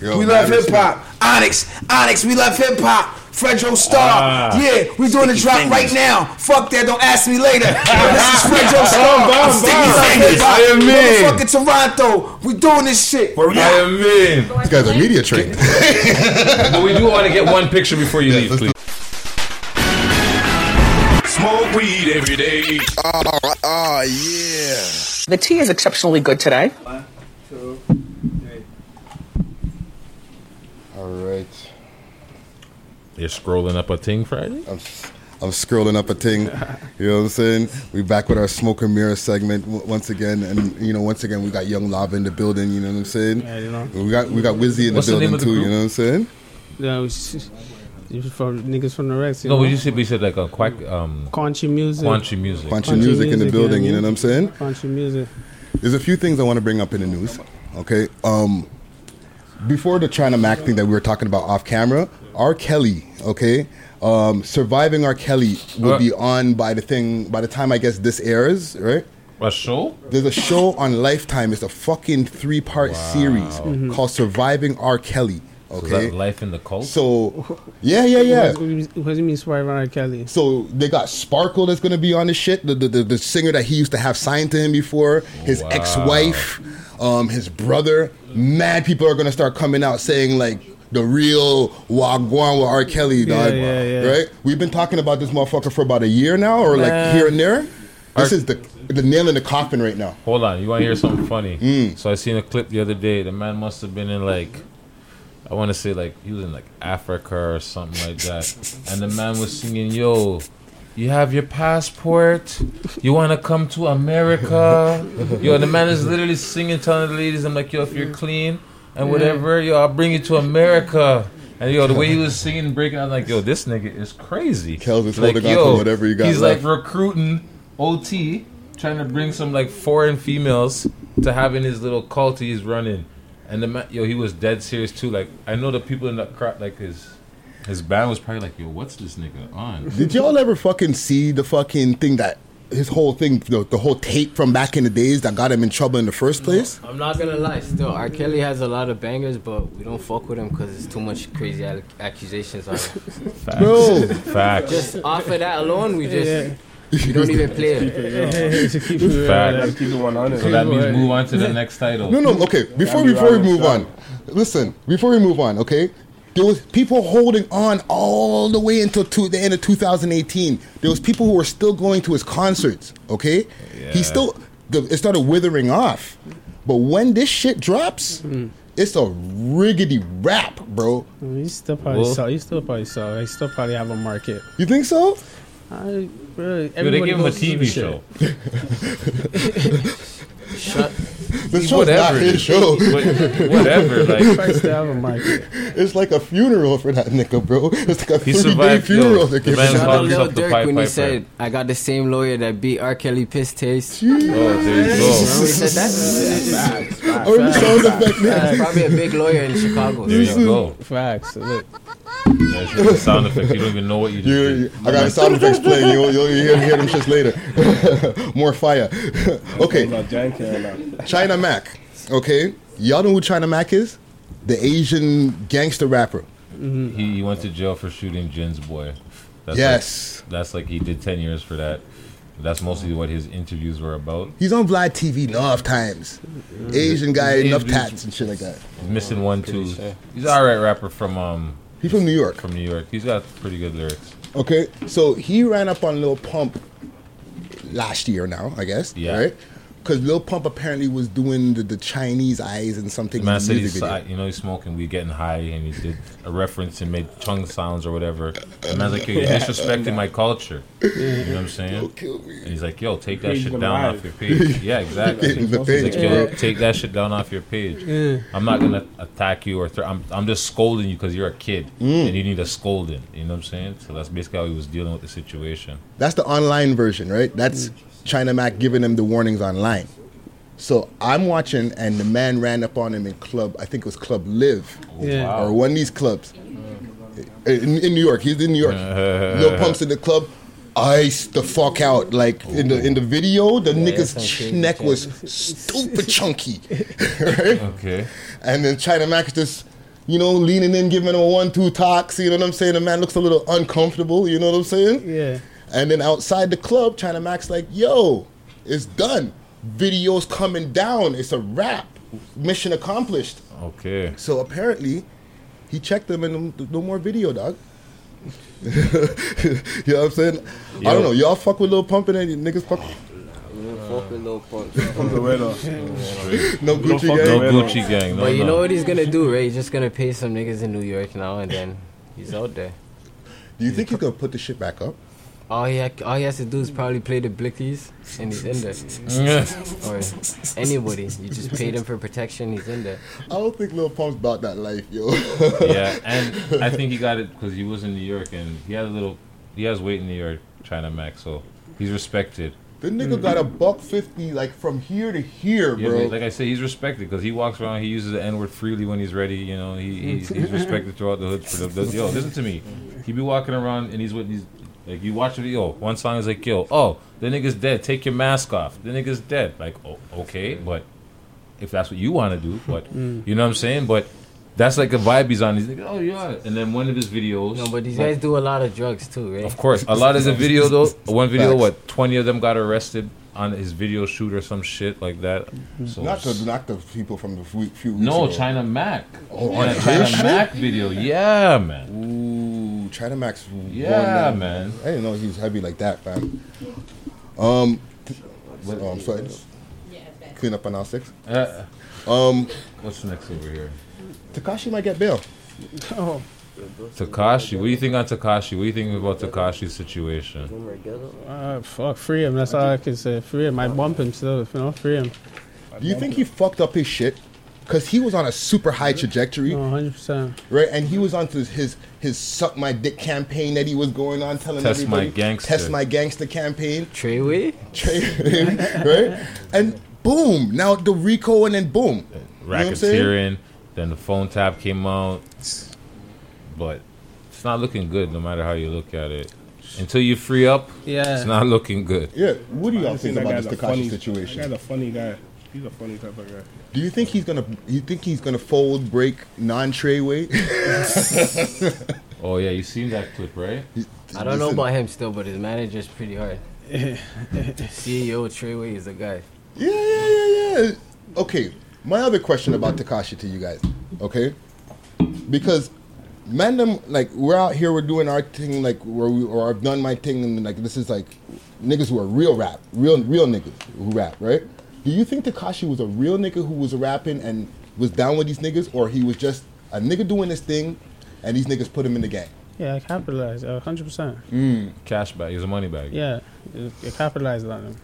Yo, we love Madison. hip hop. Onyx, Onyx, we love hip hop. Fredro Star. Ah. yeah, we doing the Sticky drop fingers. right now. Fuck that, don't ask me <laughs> later. this is Fredro Star. Bum, bum, Sticky bum. fingers. I am me. Motherfucking Toronto. We doing this shit. Where we at? mean, this guy's a media trained. but we do want to get one picture before you leave, please. Smoke weed every day. Oh, oh yeah. The tea is exceptionally good today. All right. You're scrolling up a thing Friday. I'm, I'm scrolling up a thing. You know what I'm saying? We back with our smoke and mirror segment w- once again, and you know, once again, we got Young Lava in the building. You know what I'm saying? Yeah, you know. We got we got Wizzy in What's the the building name of the too. group? You know what I'm saying? Yeah, it's- <laughs> you from niggas from the Rex. You No, know? we just said we said like a quack. Um, Quanchi music. Quanchi music. Punchy music, in the building. You know what I'm saying? Quanchi music. There's a few things I want to bring up in the news. Okay. Um, before the China Mac thing that we were talking about off camera, R. Kelly. Okay. Um, surviving R. Kelly will Uh. be on by the thing by the time I guess this airs, right? a show. There's a show on Lifetime. It's a fucking three part series Mhm. called Surviving R. Kelly. So Okay. is that life in the cult. So, yeah, yeah, yeah. What do you- What do you mean, Survivor R. Kelly? So they got Sparkle that's going to be on this shit. The, the, the, the singer that he used to have signed to him before, his Wow. ex-wife, um, his brother. Mad people are going to start coming out saying like the real Wagwan with R. Kelly, Yeah, dog. yeah, yeah. Right? We've been talking about this motherfucker for about a year now, or like Man. here and there. This is the the nail in the coffin right now. Hold on, you want to hear something funny? So I seen a clip the other day. The man must have been in like, I want to say like he was in like Africa or something like that, and the man was singing, "Yo, you have your passport, you want to come to <laughs> America." Yo, the man is literally singing, telling the ladies, "I'm like, yo, if you're clean and whatever, yo, I'll bring you to America." And yo, the way he was singing, and breaking, I'm like, yo, this nigga is crazy. Kels is Like, holding on to whatever you got He's left. like recruiting OT, trying to bring some like foreign females to have in his little cult he's running. And the man, yo, he was dead serious too. Like I know the people in the crowd, like his his band was probably like, yo, what's this nigga on? Did y'all ever fucking see the fucking thing that his whole thing, the, the whole tape from back in the days that got him in trouble in the first place? I'm not gonna lie. Still, R. Kelly has a lot of bangers, but we don't fuck with him because it's too much crazy al- accusations on him. <laughs> Bro. Oh, Facts. Just off of that alone, we just <laughs> Yeah. we don't even <laughs> play Keep it real. it. Keep it real. Facts. Keep it 100. So that means move on to the next title. No, no, okay. Before be before we Robin move Shaw. on, listen. Before we move on, okay. There was people holding on all the way until to the end of 2018. There was people who were still going to his concerts. Okay, he Yeah. still. The, it started withering off, but when this shit drops, Mm-hmm. it's a riggedy rap, bro. You still probably Well- saw. You still probably saw. I still probably have a market. You think so? I, bro, Yo, they everybody give him a goes to the TV shit. show. Shut. This show's not it his is. show. What- Whatever. Christ, Like <laughs> they have a <laughs> market. It's like a funeral for that nigga, bro. It's like a He 30 day survived, yo. funeral. they're The giving man him. Shout out Lil up the Durk Pied when he Piper. said, "I got the same lawyer that beat R. Kelly piss taste." Oh, there you go. Remember <laughs> he said that? Or the sound <laughs> effect, That's probably a big lawyer in Chicago. There you go. Facts. Look, That's just the sound effects. You don't even know what you just You, did. you- I got the sound effects playing. You'll, you'll hear, hear them shits later. <laughs> More fire. okay. China Mac. Okay. Y'all know who China Mac is? The Asian gangster rapper. He, he went to jail for shooting Jin's boy. Yes. Like, that's like he did 10 years for that. That's mostly what his interviews were about. He's on Vlad TV enough times. Asian guy, Asian enough dude. tats and shit like that. He's missing one, two. He's an alright rapper from. um. He's from New York. From New York. He's got pretty good lyrics. Okay, so he ran up on Lil Pump last year now, I guess. Yeah. Right? Because Lil Pump apparently was doing the, the Chinese eyes and something. The man in said the he's, music video. si- you know, he's smoking weed, getting high, and he did a reference and made chung sounds or whatever. The man's like, "You're disrespecting my culture." You know what I'm saying? And he's like, "Yo, take that Page shit them down live. off your page." Yeah, exactly. The he's like, page, "Yo, bro. take that shit down off your page. Yeah. I'm not gonna attack you or thr- I'm I'm just scolding you because you're a kid and you need a scolding." You know what I'm saying? So that's basically how he was dealing with the situation. That's the online version, right? That's China Mac giving him the warnings online. So I'm watching, and the man ran up on him in club. I think it was Club Live, Yeah. or one of these clubs Uh, in, in New York. He's in New York. Lil Pump's in the club. Ice the fuck out. Like in the in the video, the nigga's sounds ch- crazy, neck Chad. was stupid chunky, <laughs> right? Okay. And then China Mac is just, you know, leaning in, giving him a one-two talks. You know what I'm saying? The man looks a little uncomfortable. You know what I'm saying? Yeah. And then outside the club, China Mac's like, yo, it's done. Video's coming down. It's a wrap. Mission accomplished. Okay. So apparently, he checked them and no- no more video, dog. <laughs> you know what I'm saying? I Yo. don't know. Y'all fuck with Lil Pump and then you niggas fuck. No We don't Gucci fuck with gang. No Gucci gang. No, but you no. <laughs> know what he's gonna do, right? He's just gonna pay some niggas in New York now, and then he's out there. Do you think he's gonna put the shit back up? All he, ha- all he has to do is probably play the blickies, and he's in there. Yeah. or anybody. You just pay them for protection, he's in there. I don't think Lil Pump's about that life, yo. <laughs> yeah, and I think he got it because he was in New York and he had a little. He has weight in New York, China Mac, so he's respected. The nigga got a buck fifty, like from here to here, Mm. Yeah, bro. but like I said, he's respected because he walks around. He uses the N word freely when he's ready. You know, he, he's, he's respected throughout the hood. For the, the- yo, listen to me. He be walking around and he's with these. Like you watch the yo, one song is like yo, oh the nigga's dead. Take your mask off. The nigga's dead. Like oh, okay, but if that's what you want to <laughs> do, but Mm. you know what I'm saying. But that's like the vibe he's on. He's like oh yeah, and then one of his videos. No, but these like- guys do a lot of drugs too, right? Of course, a lot of the video <laughs> though. One video, what twenty of them got arrested on his video shoot or some shit like that. So Mm-hmm. not the not the people from the few. few weeks no ago. China Mac. Oh, on on a his China shit? Mac video, yeah, man. Ooh, China Max. won Yeah, that. man. I didn't know he was heavy like that, fam. Um, oh, I'm sorry. Clean up on our six. Uh, um, what's next over here? Takashi might get bail. Oh. Takashi, what do you think on Takashi? What do you think about Takashi's situation? Uh, fuck, free him. That's all I can say. Free him. I bump him still. You know, free him. Do you think he fucked up his shit? Cause he was on a super high trajectory, 100 percent. right? And he was on to his his suck my dick campaign that he was going on, telling Test my everybody, gangster. test my gangster campaign. Treyway? Treyway, <laughs> right? And boom, now the Rico, and then boom, You know what I'm saying? Racketeering. Then the phone tap came out, but it's not looking good no matter how you look at it. Until you free up, Yeah. it's not looking good. Yeah, what do y'all I think think that about guy's this a Takashi funny situation? That guy's a funny guy. He's a funny type of guy. Do you think he's gonna? You think he's gonna fold, break, non-tray weight? <laughs> Oh yeah, you seen that clip, right? I don't know about him still, but his manager's pretty hard. CEO Treyway is a guy. Yeah, yeah, yeah, yeah. Okay, my other question about Takashi to you guys, okay? Because man, them like we're out here, we're doing our thing, like where we or I've done my thing, and like this is like niggas who are real rap, real real niggas who rap, right? Do you think Takashi was a real nigga who was rapping and was down with these niggas, or he was just a nigga doing his thing, and these niggas put him in the gang? Yeah, I capitalized. 100 percent. Mm. Cash bag. He's a money bag. Yeah, it, it capitalized on him.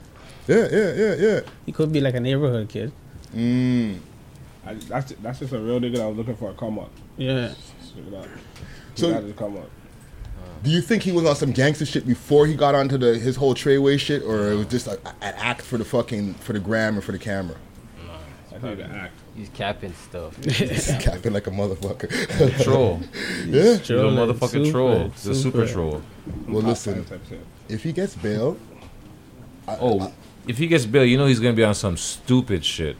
Yeah, yeah, yeah, yeah. He could be like a neighborhood kid. Mm. I, that's, that's just a real nigga that was looking for a come up. Yeah. Look at that. So- So, got to come up. Do you think he was on some gangster shit before he got onto the his whole Treyway shit, or it was just a, an act for the fucking for the gram or for the camera? I think the act. He's capping <laughs> stuff. Capping like a <laughs> motherfucker. Troll. <laughs> yeah. He's a motherfucking troll. He's a super troll. Well, listen. If he gets bail, Oh, if he gets bail, you know he's gonna be on some stupid shit.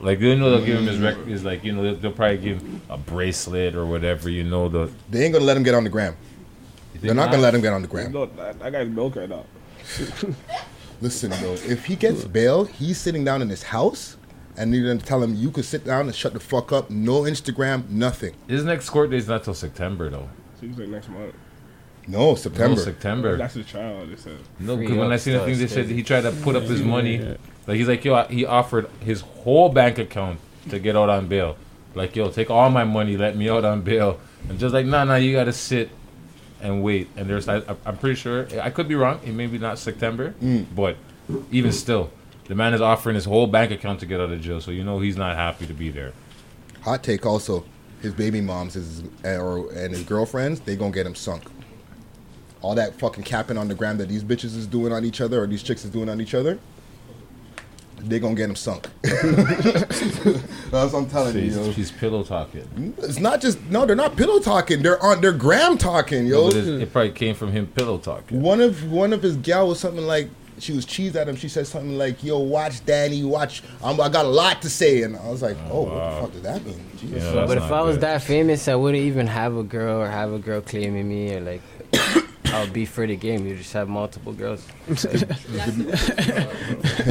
Like you know they'll give him his record. Is like you know they'll, they'll probably give him a bracelet or whatever. You know the they ain't gonna let him get on the gram. They're not gonna let him get on the gram. No, that, that guy's milk right now. Listen, bro. If he gets bail, he's sitting down in his house, and they're gonna tell him you could sit down and shut the fuck up. No Instagram, nothing. His next court date's not till September though. Seems like next month. No, September. No, September. That's his child. They said. No, because when I seen the thing, they said he tried to put up his money. Like he's like, yo, I- he offered his whole bank account to get out on bail. Like, yo, take all my money, let me out on bail. And just like, nah, nah, you gotta sit and wait. And there's, I, I- I'm pretty sure, I could be wrong. It may be not September, Mm. but even still, the man is offering his whole bank account to get out of jail. So you know he's not happy to be there. Hot take. Also, his baby moms is or and his girlfriends they gonna get him sunk. All that fucking capping on the gram that these bitches is doing on each other or these chicks is doing on each other, they gonna get <laughs> him sunk. That's what I'm telling you, he's, yo. He's pillow talking. It's not just no, they're not pillow talking. They're on they're gram talking, No, yo. but it, it probably came from him pillow talking. One of one of his gal was something like she was cheesed at him. She said something like, "Yo, watch Danny, watch. I'm, I got a lot to say." And I was like, "Oh, what the fuck does that mean?" Jesus. but if I was that famous, I wouldn't even have a girl or have a girl claiming me or like. I'll be for the game. You just have multiple girls.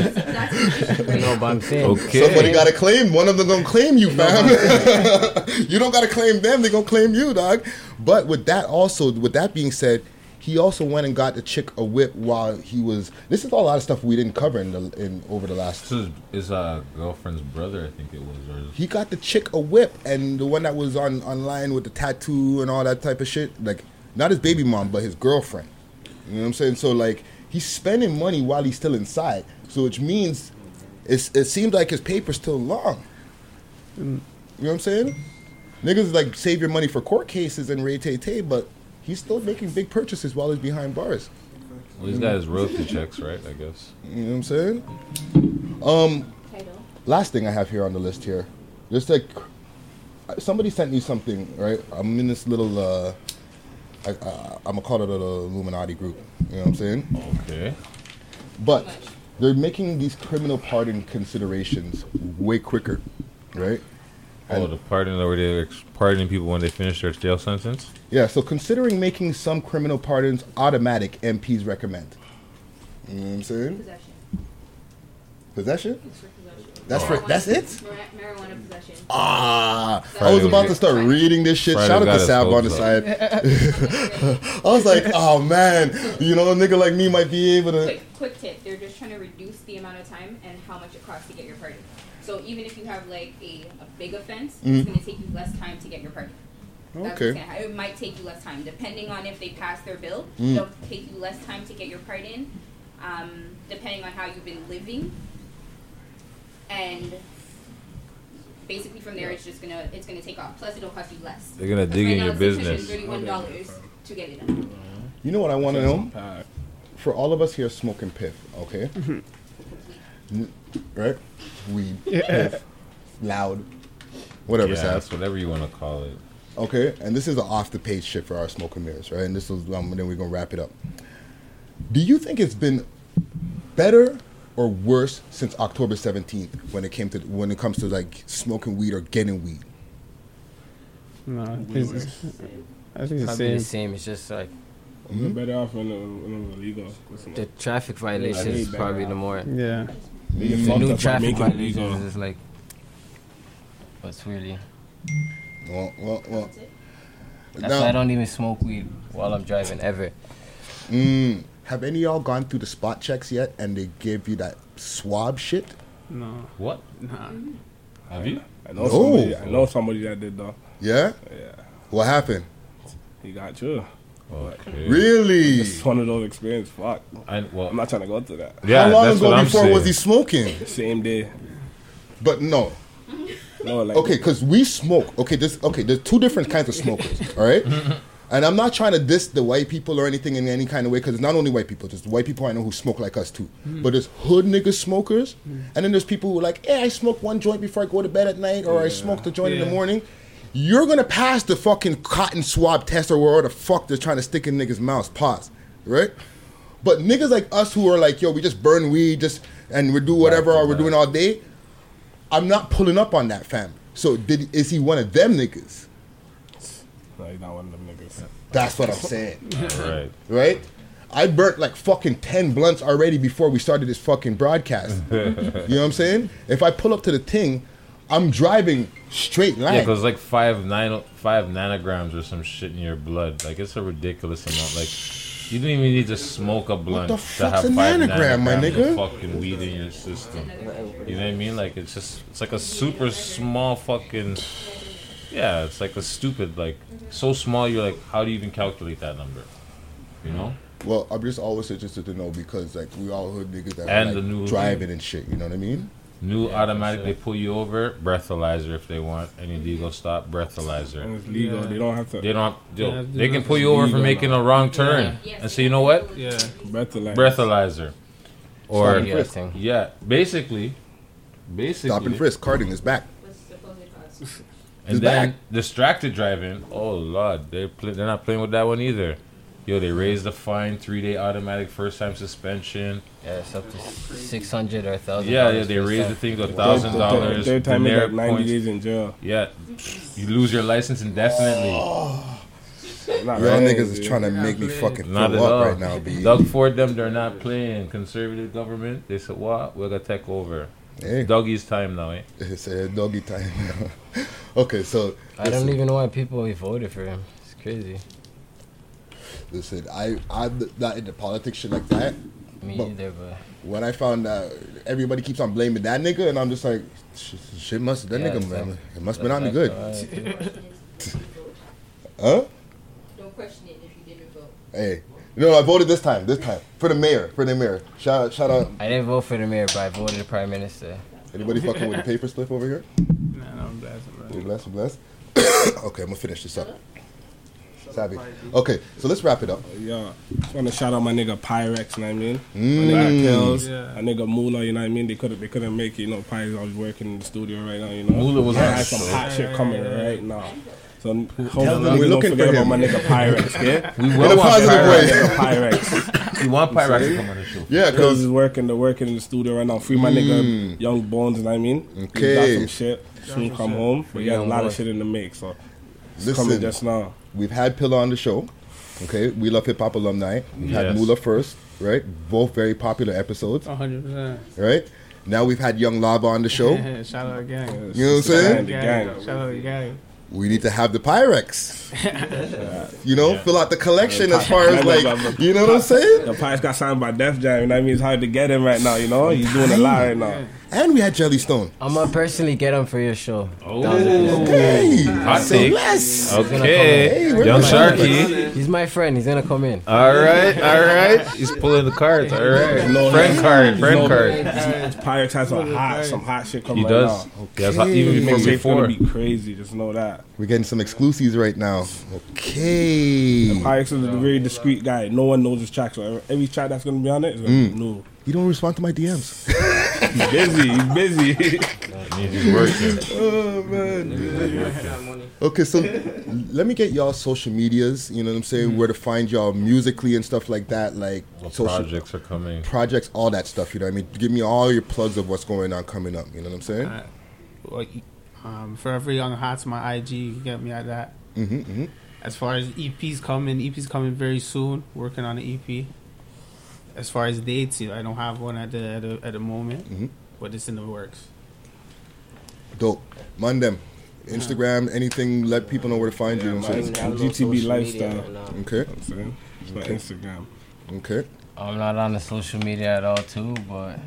no, but I'm saying. Somebody gotta claim. One of them gonna claim you, fam. <laughs> you don't gotta claim them. They gonna claim you, dog. But with that also, with that being said, he also went and got the chick a whip while he was. This is all a lot of stuff we didn't cover in the in over the last This is his uh, girlfriend's brother, I think it was. Or He got the chick a whip, and the one that was on online with the tattoo and all that type of shit. Like, not his baby mom, but his girlfriend. You know what I'm saying? So like, he's spending money while he's still inside. So which means, it's, it seems like his paper's still long. You know what I'm saying? Niggas like save your money for court cases and ray tay tay, but he's still making big purchases while he's behind bars. Well, he's got his royalty checks, right? I guess. You know what I'm saying? Um, last thing I have here on the list here, just like somebody sent me something, right? I'm in this little, uh, I, I, I'm gonna call it a little Illuminati group. You know what I'm saying? Okay. But they're making these criminal pardon considerations way quicker, right? Oh, the pardon where they're ex- pardoning people when they finish their jail sentence. Yeah, so considering making some criminal pardons automatic, MPs recommend. You know what I'm saying? Possession. Possession? Oh, That's for, that's it? Marijuana possession. Ah, I Friday was about was- to start reading this shit. Friday Shout out got to us Sab on the hopes side. up. I was like, oh man, you know, a nigga like me might be able to. Quick, quick tip: They're just trying to reduce the amount of time and how much it costs to get your pardon. So even if you have like a, a big offense, Mhm. it's going to take you less time to get your pardon. That's Okay. what's gonna happen. It might take you less time, depending on if they pass their bill. Mm. It'll take you less time to get your pardon, um, depending on how you've been living, and basically from there, it's just gonna it's gonna take off. Plus, it'll cost you less. They're gonna dig in your business. Thirty-one dollars to get it done. You know what I want to know? For all of us here smoking piff, okay? N- Right? Weed, piff, loud, whatever, yeah, Sab. that's whatever you want to call it. Okay, and this is an off the page shit for our smoking mirrors, right? And this is um, then we're gonna wrap it up. Do you think it's been better or worse since October seventeenth when it came to when it comes to like smoking weed or getting weed? No, I think it's, I think it's the Probably same. the same. It's just like We're better off when it- when it was illegal. the traffic violations Yeah, is way probably the better off. more. Yeah. They The get fucked up new by traffic making it violations legal. is like. What's really? Well, well, well. That's why I don't even smoke weed while I'm driving ever. Mm, have any of y'all gone through the spot checks yet? And they give you that swab shit? No. What? Nah. Have you? I know No. somebody. I know somebody that did though. Yeah. Yeah. What happened? He got you. Okay. Really? It's one of those experiences. Fuck. I, well, I'm not trying to go through that. Yeah, How long that's ago what I'm before was saying. he smoking? Same day. But no. No, <laughs> like okay, because we smoke. Okay, this okay. There's two different kinds of smokers. all right, And I'm not trying to diss the white people or anything in any kind of way because it's not only white people, just white people I know who smoke like us too. Mm. But there's hood niggas smokers, Hmm. and then there's people who are like, yeah, I smoke one joint before I go to bed at night, or I smoke the joint in the Yeah. morning. You're gonna pass the fucking cotton swab test or whatever the fuck they're trying to stick in niggas' mouths. Pause, right? But niggas like us who are like, yo, we just burn weed, just and we do whatever or we're doing all day. I'm not pulling up on that fam. So did is he one of them niggas? Like not one of them niggas. That's what I'm saying. Right. Right? I burnt like fucking 10 blunts already before we started this fucking <laughs> broadcast. you know what I'm saying? If I pull up to the thing, I'm driving straight line. Yeah, because like five nine five nanograms or some shit in your blood. Like it's a ridiculous amount. Like you don't even need to smoke a blunt the to fuck's have a five nanogram, my nanograms nigga? of fucking weed in your system. You know what I mean? Like it's just it's like a super small fucking. Yeah, it's like a stupid like so small. You're like, how do you even calculate that number? You know. Well, I'm just always interested to know because like we all hood niggas that And are, like, the new- driving and shit. You know what I mean? New automatic, they pull you over, breathalyzer if they want. Any legal stop, breathalyzer. And it's legal, Yeah. they don't have to- They don't. They, Yeah, they it's can pull you over for legal making now. a wrong turn, Yeah. and so you know what? Yeah. Breathalyzer. Breathalyzer, or Stop and frisk. Yeah. yeah, basically, basically. Stop and frisk, carding is back. And It's then back. distracted driving. Oh lord, they're pl- they're not playing with that one either. Yo, they raised the fine, three day automatic first time suspension. Yeah, it's up to six hundred or thousand. Yeah, yeah, they raised the thing to a thousand Third- third- dollars. third time is demerit like 90 points. days in jail. Yeah, you lose your license indefinitely. Oh. Y'all niggas is trying to make me fucking Not throw at up all. right now, B. Doug Ford, them they're not playing conservative government. They said, "What? We're gonna take over." Hey. It's Dougie's time now, eh? <laughs> It's a doggy time. okay, so I don't listen. even know why people voted for him. It's crazy. Listen, I I'm not into politics shit like that. Me but either, but When I found out, everybody keeps on blaming that nigga, and I'm just like, "Sh- shit must that Yeah, nigga it's man, like- it must it's have been on me like, good. uh, huh? Don't question it if you didn't vote. Hey, no, I voted this time. This time for the mayor. For the mayor. Shout out, shout out. I didn't vote for the mayor, but I voted the prime minister. Anybody fucking with the paper slip over here? Nah, no, I'm blessed, <coughs> bro. Bless, bless. okay, I'm gonna finish this up. Savvy. Okay, so let's wrap it up. Yeah, just want to shout out my nigga Pyrex, you know what I mean? Mm. My nigga Pills, Yeah. my nigga Moolah, you know what I mean? They couldn't, they couldn't make it, you know, Pyrex, I was working in the studio right now, you know? Moolah was I on had some shit. hot shit coming right now. So Tell hopefully them we we're don't looking forget for about my him. nigga Pyrex, yeah? We will In a want positive Pyrex. Pyrex. We want Pyrex to You see? come on the show. Yeah, 'cause- Pills is working, they're working in the studio right now. Free my Mm. nigga Young Bones, you know what I mean? We Okay. got some shit. Soon come home, but yeah, a lot of shit in the make, so it's coming Listen, just now. We've had Pillar on the show. Okay, we love hip hop alumni. We had Yes. Mula first, right? Both very popular episodes, 100%. right? Now we've had Young Lava on the show. <laughs> Shout out gang. You know what I'm saying? Shout out gang. Shout out gang. We need to have the Pyrex. You know, Yeah. fill out the collection Yeah, as far as Pi- like, you know what I'm saying? The Pirates got signed by Def Jam, and that means hard to get him right now. You know, he's doing a lot right now. And we had Jellystone. I'm gonna personally get him for your show. Oh, okay. Hot take. Okay. Young Sharky. He's my friend. He's gonna come in. All right, all right. He's pulling the cards. All right. friend card, friend card. Pirates has some hot, some hot shit coming He right does. now. He has hot- even Niggas before- is before. gonna be crazy. Just know that. We're getting some exclusives right now. Okay. Pirates is a very discreet guy. No one knows his track, so every track that's gonna be on it is gonna be Mm. new. You don't respond to my DMs. He's busy. He's <laughs> busy. He's working. oh man. Okay, so <laughs> let me get y'all social medias. You know what I'm saying? Where to find y'all musically and stuff like that. Like What social projects are coming? projects, all that stuff. You know what I mean? Give me all your plugs of what's going on coming up. You know what I'm saying? Uh, well, y- um, for every young hot's my IG. You can get me at that. Mhm, mhm. As far as EPs coming, EPs coming very soon. Working on an EP. As far as dates, you know, I don't have one at the at the, at the moment, Mm-hmm. Mhm. but it's in the works. Dope. Mind them. Instagram, anything. Let people know where to find you. you know what I'm mine's saying? GTB lifestyle. Okay. I'm saying? It's my Instagram. Okay. I'm not on the social media at all, too, but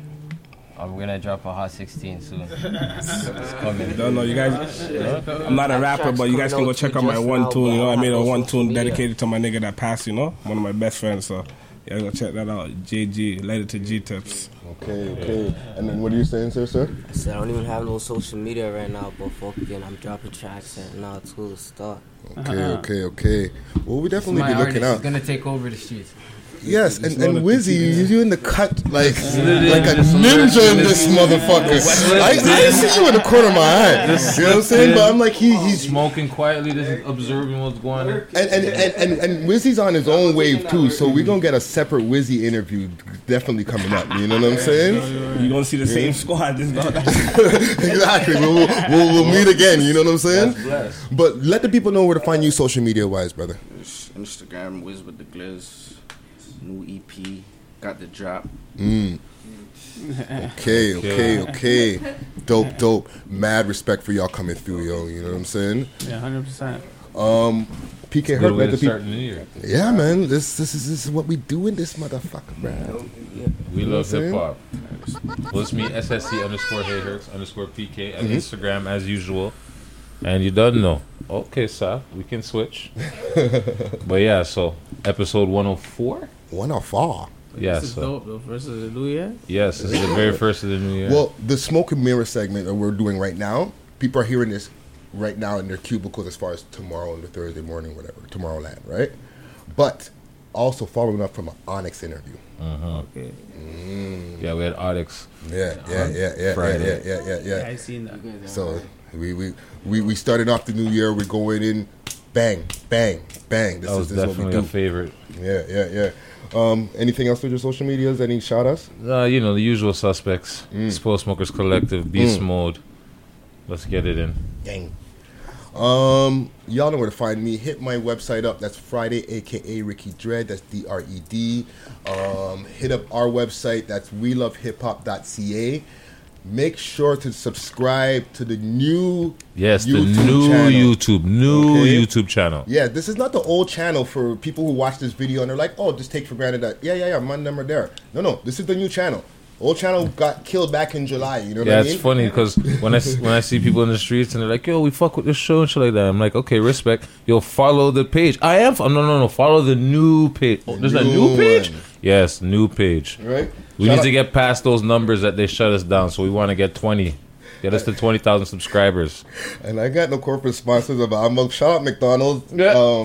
I'm gonna drop a hot 16 soon. it's coming. No, no, you guys. I'm not a rapper, but you guys can go check out my one tune. You know, I made a one tune dedicated to my nigga that passed. You know, one of my best friends. So, yeah, go check that out. JG, later to G Tips. Okay, okay. And then what are you saying, sir, sir? I said I don't even have no social media right now, but fucking, I'm dropping tracks and now it's cool to start. Okay, okay, okay. Well, we definitely my be artist. looking out. He's gonna take over the streets. Yes, and, and Wizzy, you you in the cut like literally like a just ninja in literally- this motherfucker. I, I didn't see you in the corner of my eye. You know what I'm saying? But I'm like he he's smoking quietly, just observing what's going on. and and, and, and and Wizzy's on his own wave too, so we're gonna get a separate Wizzy interview definitely coming up. You know what I'm <laughs> saying? You gonna see the same squad. This <laughs> exactly. We'll, we'll, we'll, we'll meet again. You know what I'm saying? But let the people know where to find you social media wise, brother. It's Instagram Wiz with the Glizz. New EP. Got the drop. Mm. Okay, okay, okay. dope, dope. Mad respect for y'all coming through, yo. You know what I'm saying? Yeah, hundred percent. Um, PK Good Herc, way let to the people. start the new year. Yeah, man. This this is this is what we do in this motherfucker, man. We You know love what I'm hip hop. Well, it's me, SSC underscore Hey Hertz underscore PK on Mhm. Instagram as usual. And you don't know. Okay, sir, we can switch. <laughs> but yeah, so episode 104? 104. Yeah, This is so. dope though. Versus the new year. Yes, this is the very first of the new year. Well, the smoke and mirror segment that we're doing right now, people are hearing this right now in their cubicles as far as tomorrow and the Thursday morning, whatever, Tomorrowland, right? But also following up from an Onyx interview. Uh-huh. Yeah, we had Audix. Yeah, yeah, yeah, yeah, yeah, yeah, Friday. yeah, yeah, yeah. Yeah, I seen that. So we, we we we started off the new year. We're going in, bang, bang, bang. This That was is this is what definitely we do. a favorite. Yeah, yeah, yeah. Um, anything else with your social medias? Any shout outs? Uh, you know, the usual suspects. Spoil Smokers Collective, Beast Mm. Mode. Let's get it in. Gang. Um, y'all know where to find me. Hit my website up. That's Friday, aka Ricky Dread. That's D R E D. Um, hit up our website. That's we love hip hop.ca. Make sure to subscribe to the new Yes, the YouTube new channel. YouTube, new Okay. YouTube channel. Yeah, this is not the old channel for people who watch this video and they're like, oh, just take for granted that, yeah, yeah, yeah, my number there. No, no, this is the new channel. Old channel got killed back in July. You know what yeah, I mean? it's funny because when I s- when I see people in the streets and they're like, "Yo, we fuck with this show and shit like that," I'm like, "Okay, respect. Yo, follow the page. I am. F- no, no, no. Follow the new page. Oh, there's a new new page. one. Yes, new page. Right. We Shout need out- to get past those numbers that they shut us down. So we want to get twenty. Get us to twenty thousand subscribers. And I got no corporate sponsors, but I'm gonna shout out McDonald's. Um,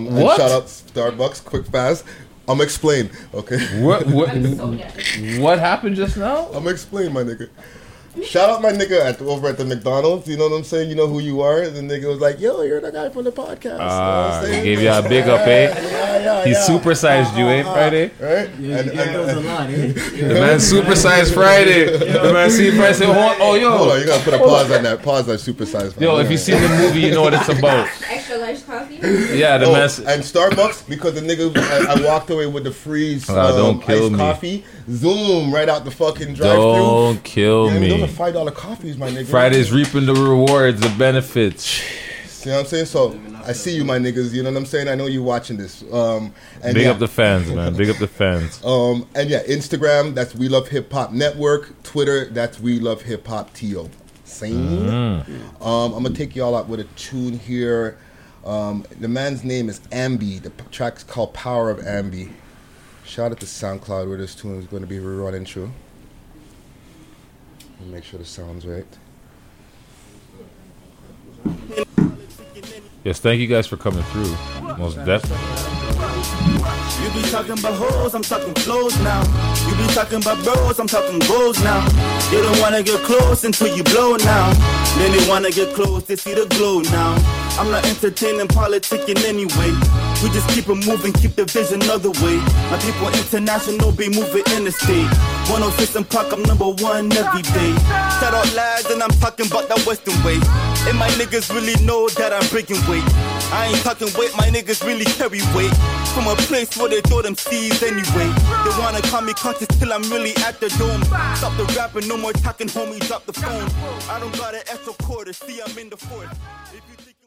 and What? shout out Starbucks. Quick fast. I'm explain. Okay. <laughs> <laughs> What? What? what happened just now? I'm explain, my nigga. Shout out my nigga at over at the McDonald's. You know what I'm saying? You know who you are. The nigga was like, "Yo, you're the guy from the podcast." Ah, he gave you a big up, eh? he supersized you, eh, Friday? Right? and, The man supersized <laughs> Friday. The man see Friday say, "Hold- oh, yo. Hold on, you gotta put a pause on that. Pause on supersized. Friday. Yo, if you seen the movie, you know what it's <laughs> about. Extra large coffee. Yeah, the Oh, mess- and Starbucks because the nigga I, I walked away with the freeze Ah, don't um, kill iced me. coffee. Zoom right out the fucking drive through. Don't kill Those are me. five dollar coffees, my nigga. Friday's reaping the rewards, the benefits. You know what I'm saying? So I see you, my niggas. You know what I'm saying? I know you watching this. Um, and Big yeah, up the fans, man. Big up the <laughs> fans. um, and yeah, Instagram. That's We Love Hip Hop Network. Twitter. That's We Love Hip Hop To. Same. Mm. Um, I'm gonna take y'all out with a tune here. Um, the man's name is Ambi. The p- track's called Power of Ambi. Shout out to SoundCloud where this tune is gonna be rerunning through. Let me Make sure the sound's right. Yes, thank you guys for coming through. Most definitely. You be talking about hoes, I'm talking clothes now. You be talking about bros, I'm talking goals now. They don't wanna get close until you blow now. Then they wanna get close, they see the glow now. I'm not entertaining politics in any way. We just keep it moving, keep the vision other way. My people international be moving interstate. 106 and Park, I'm number one every day. Shout out lads, and I'm talking about that Western way. And my niggas really know that I'm breaking weight. I ain't talking weight, my niggas really carry weight. From a place where they throw them C's anyway. They wanna call me conscious till I'm really at the dome. Stop the rapping, no more talking, homie, drop the phone. I don't got an extra quarter, see I'm in the fourth. If you think-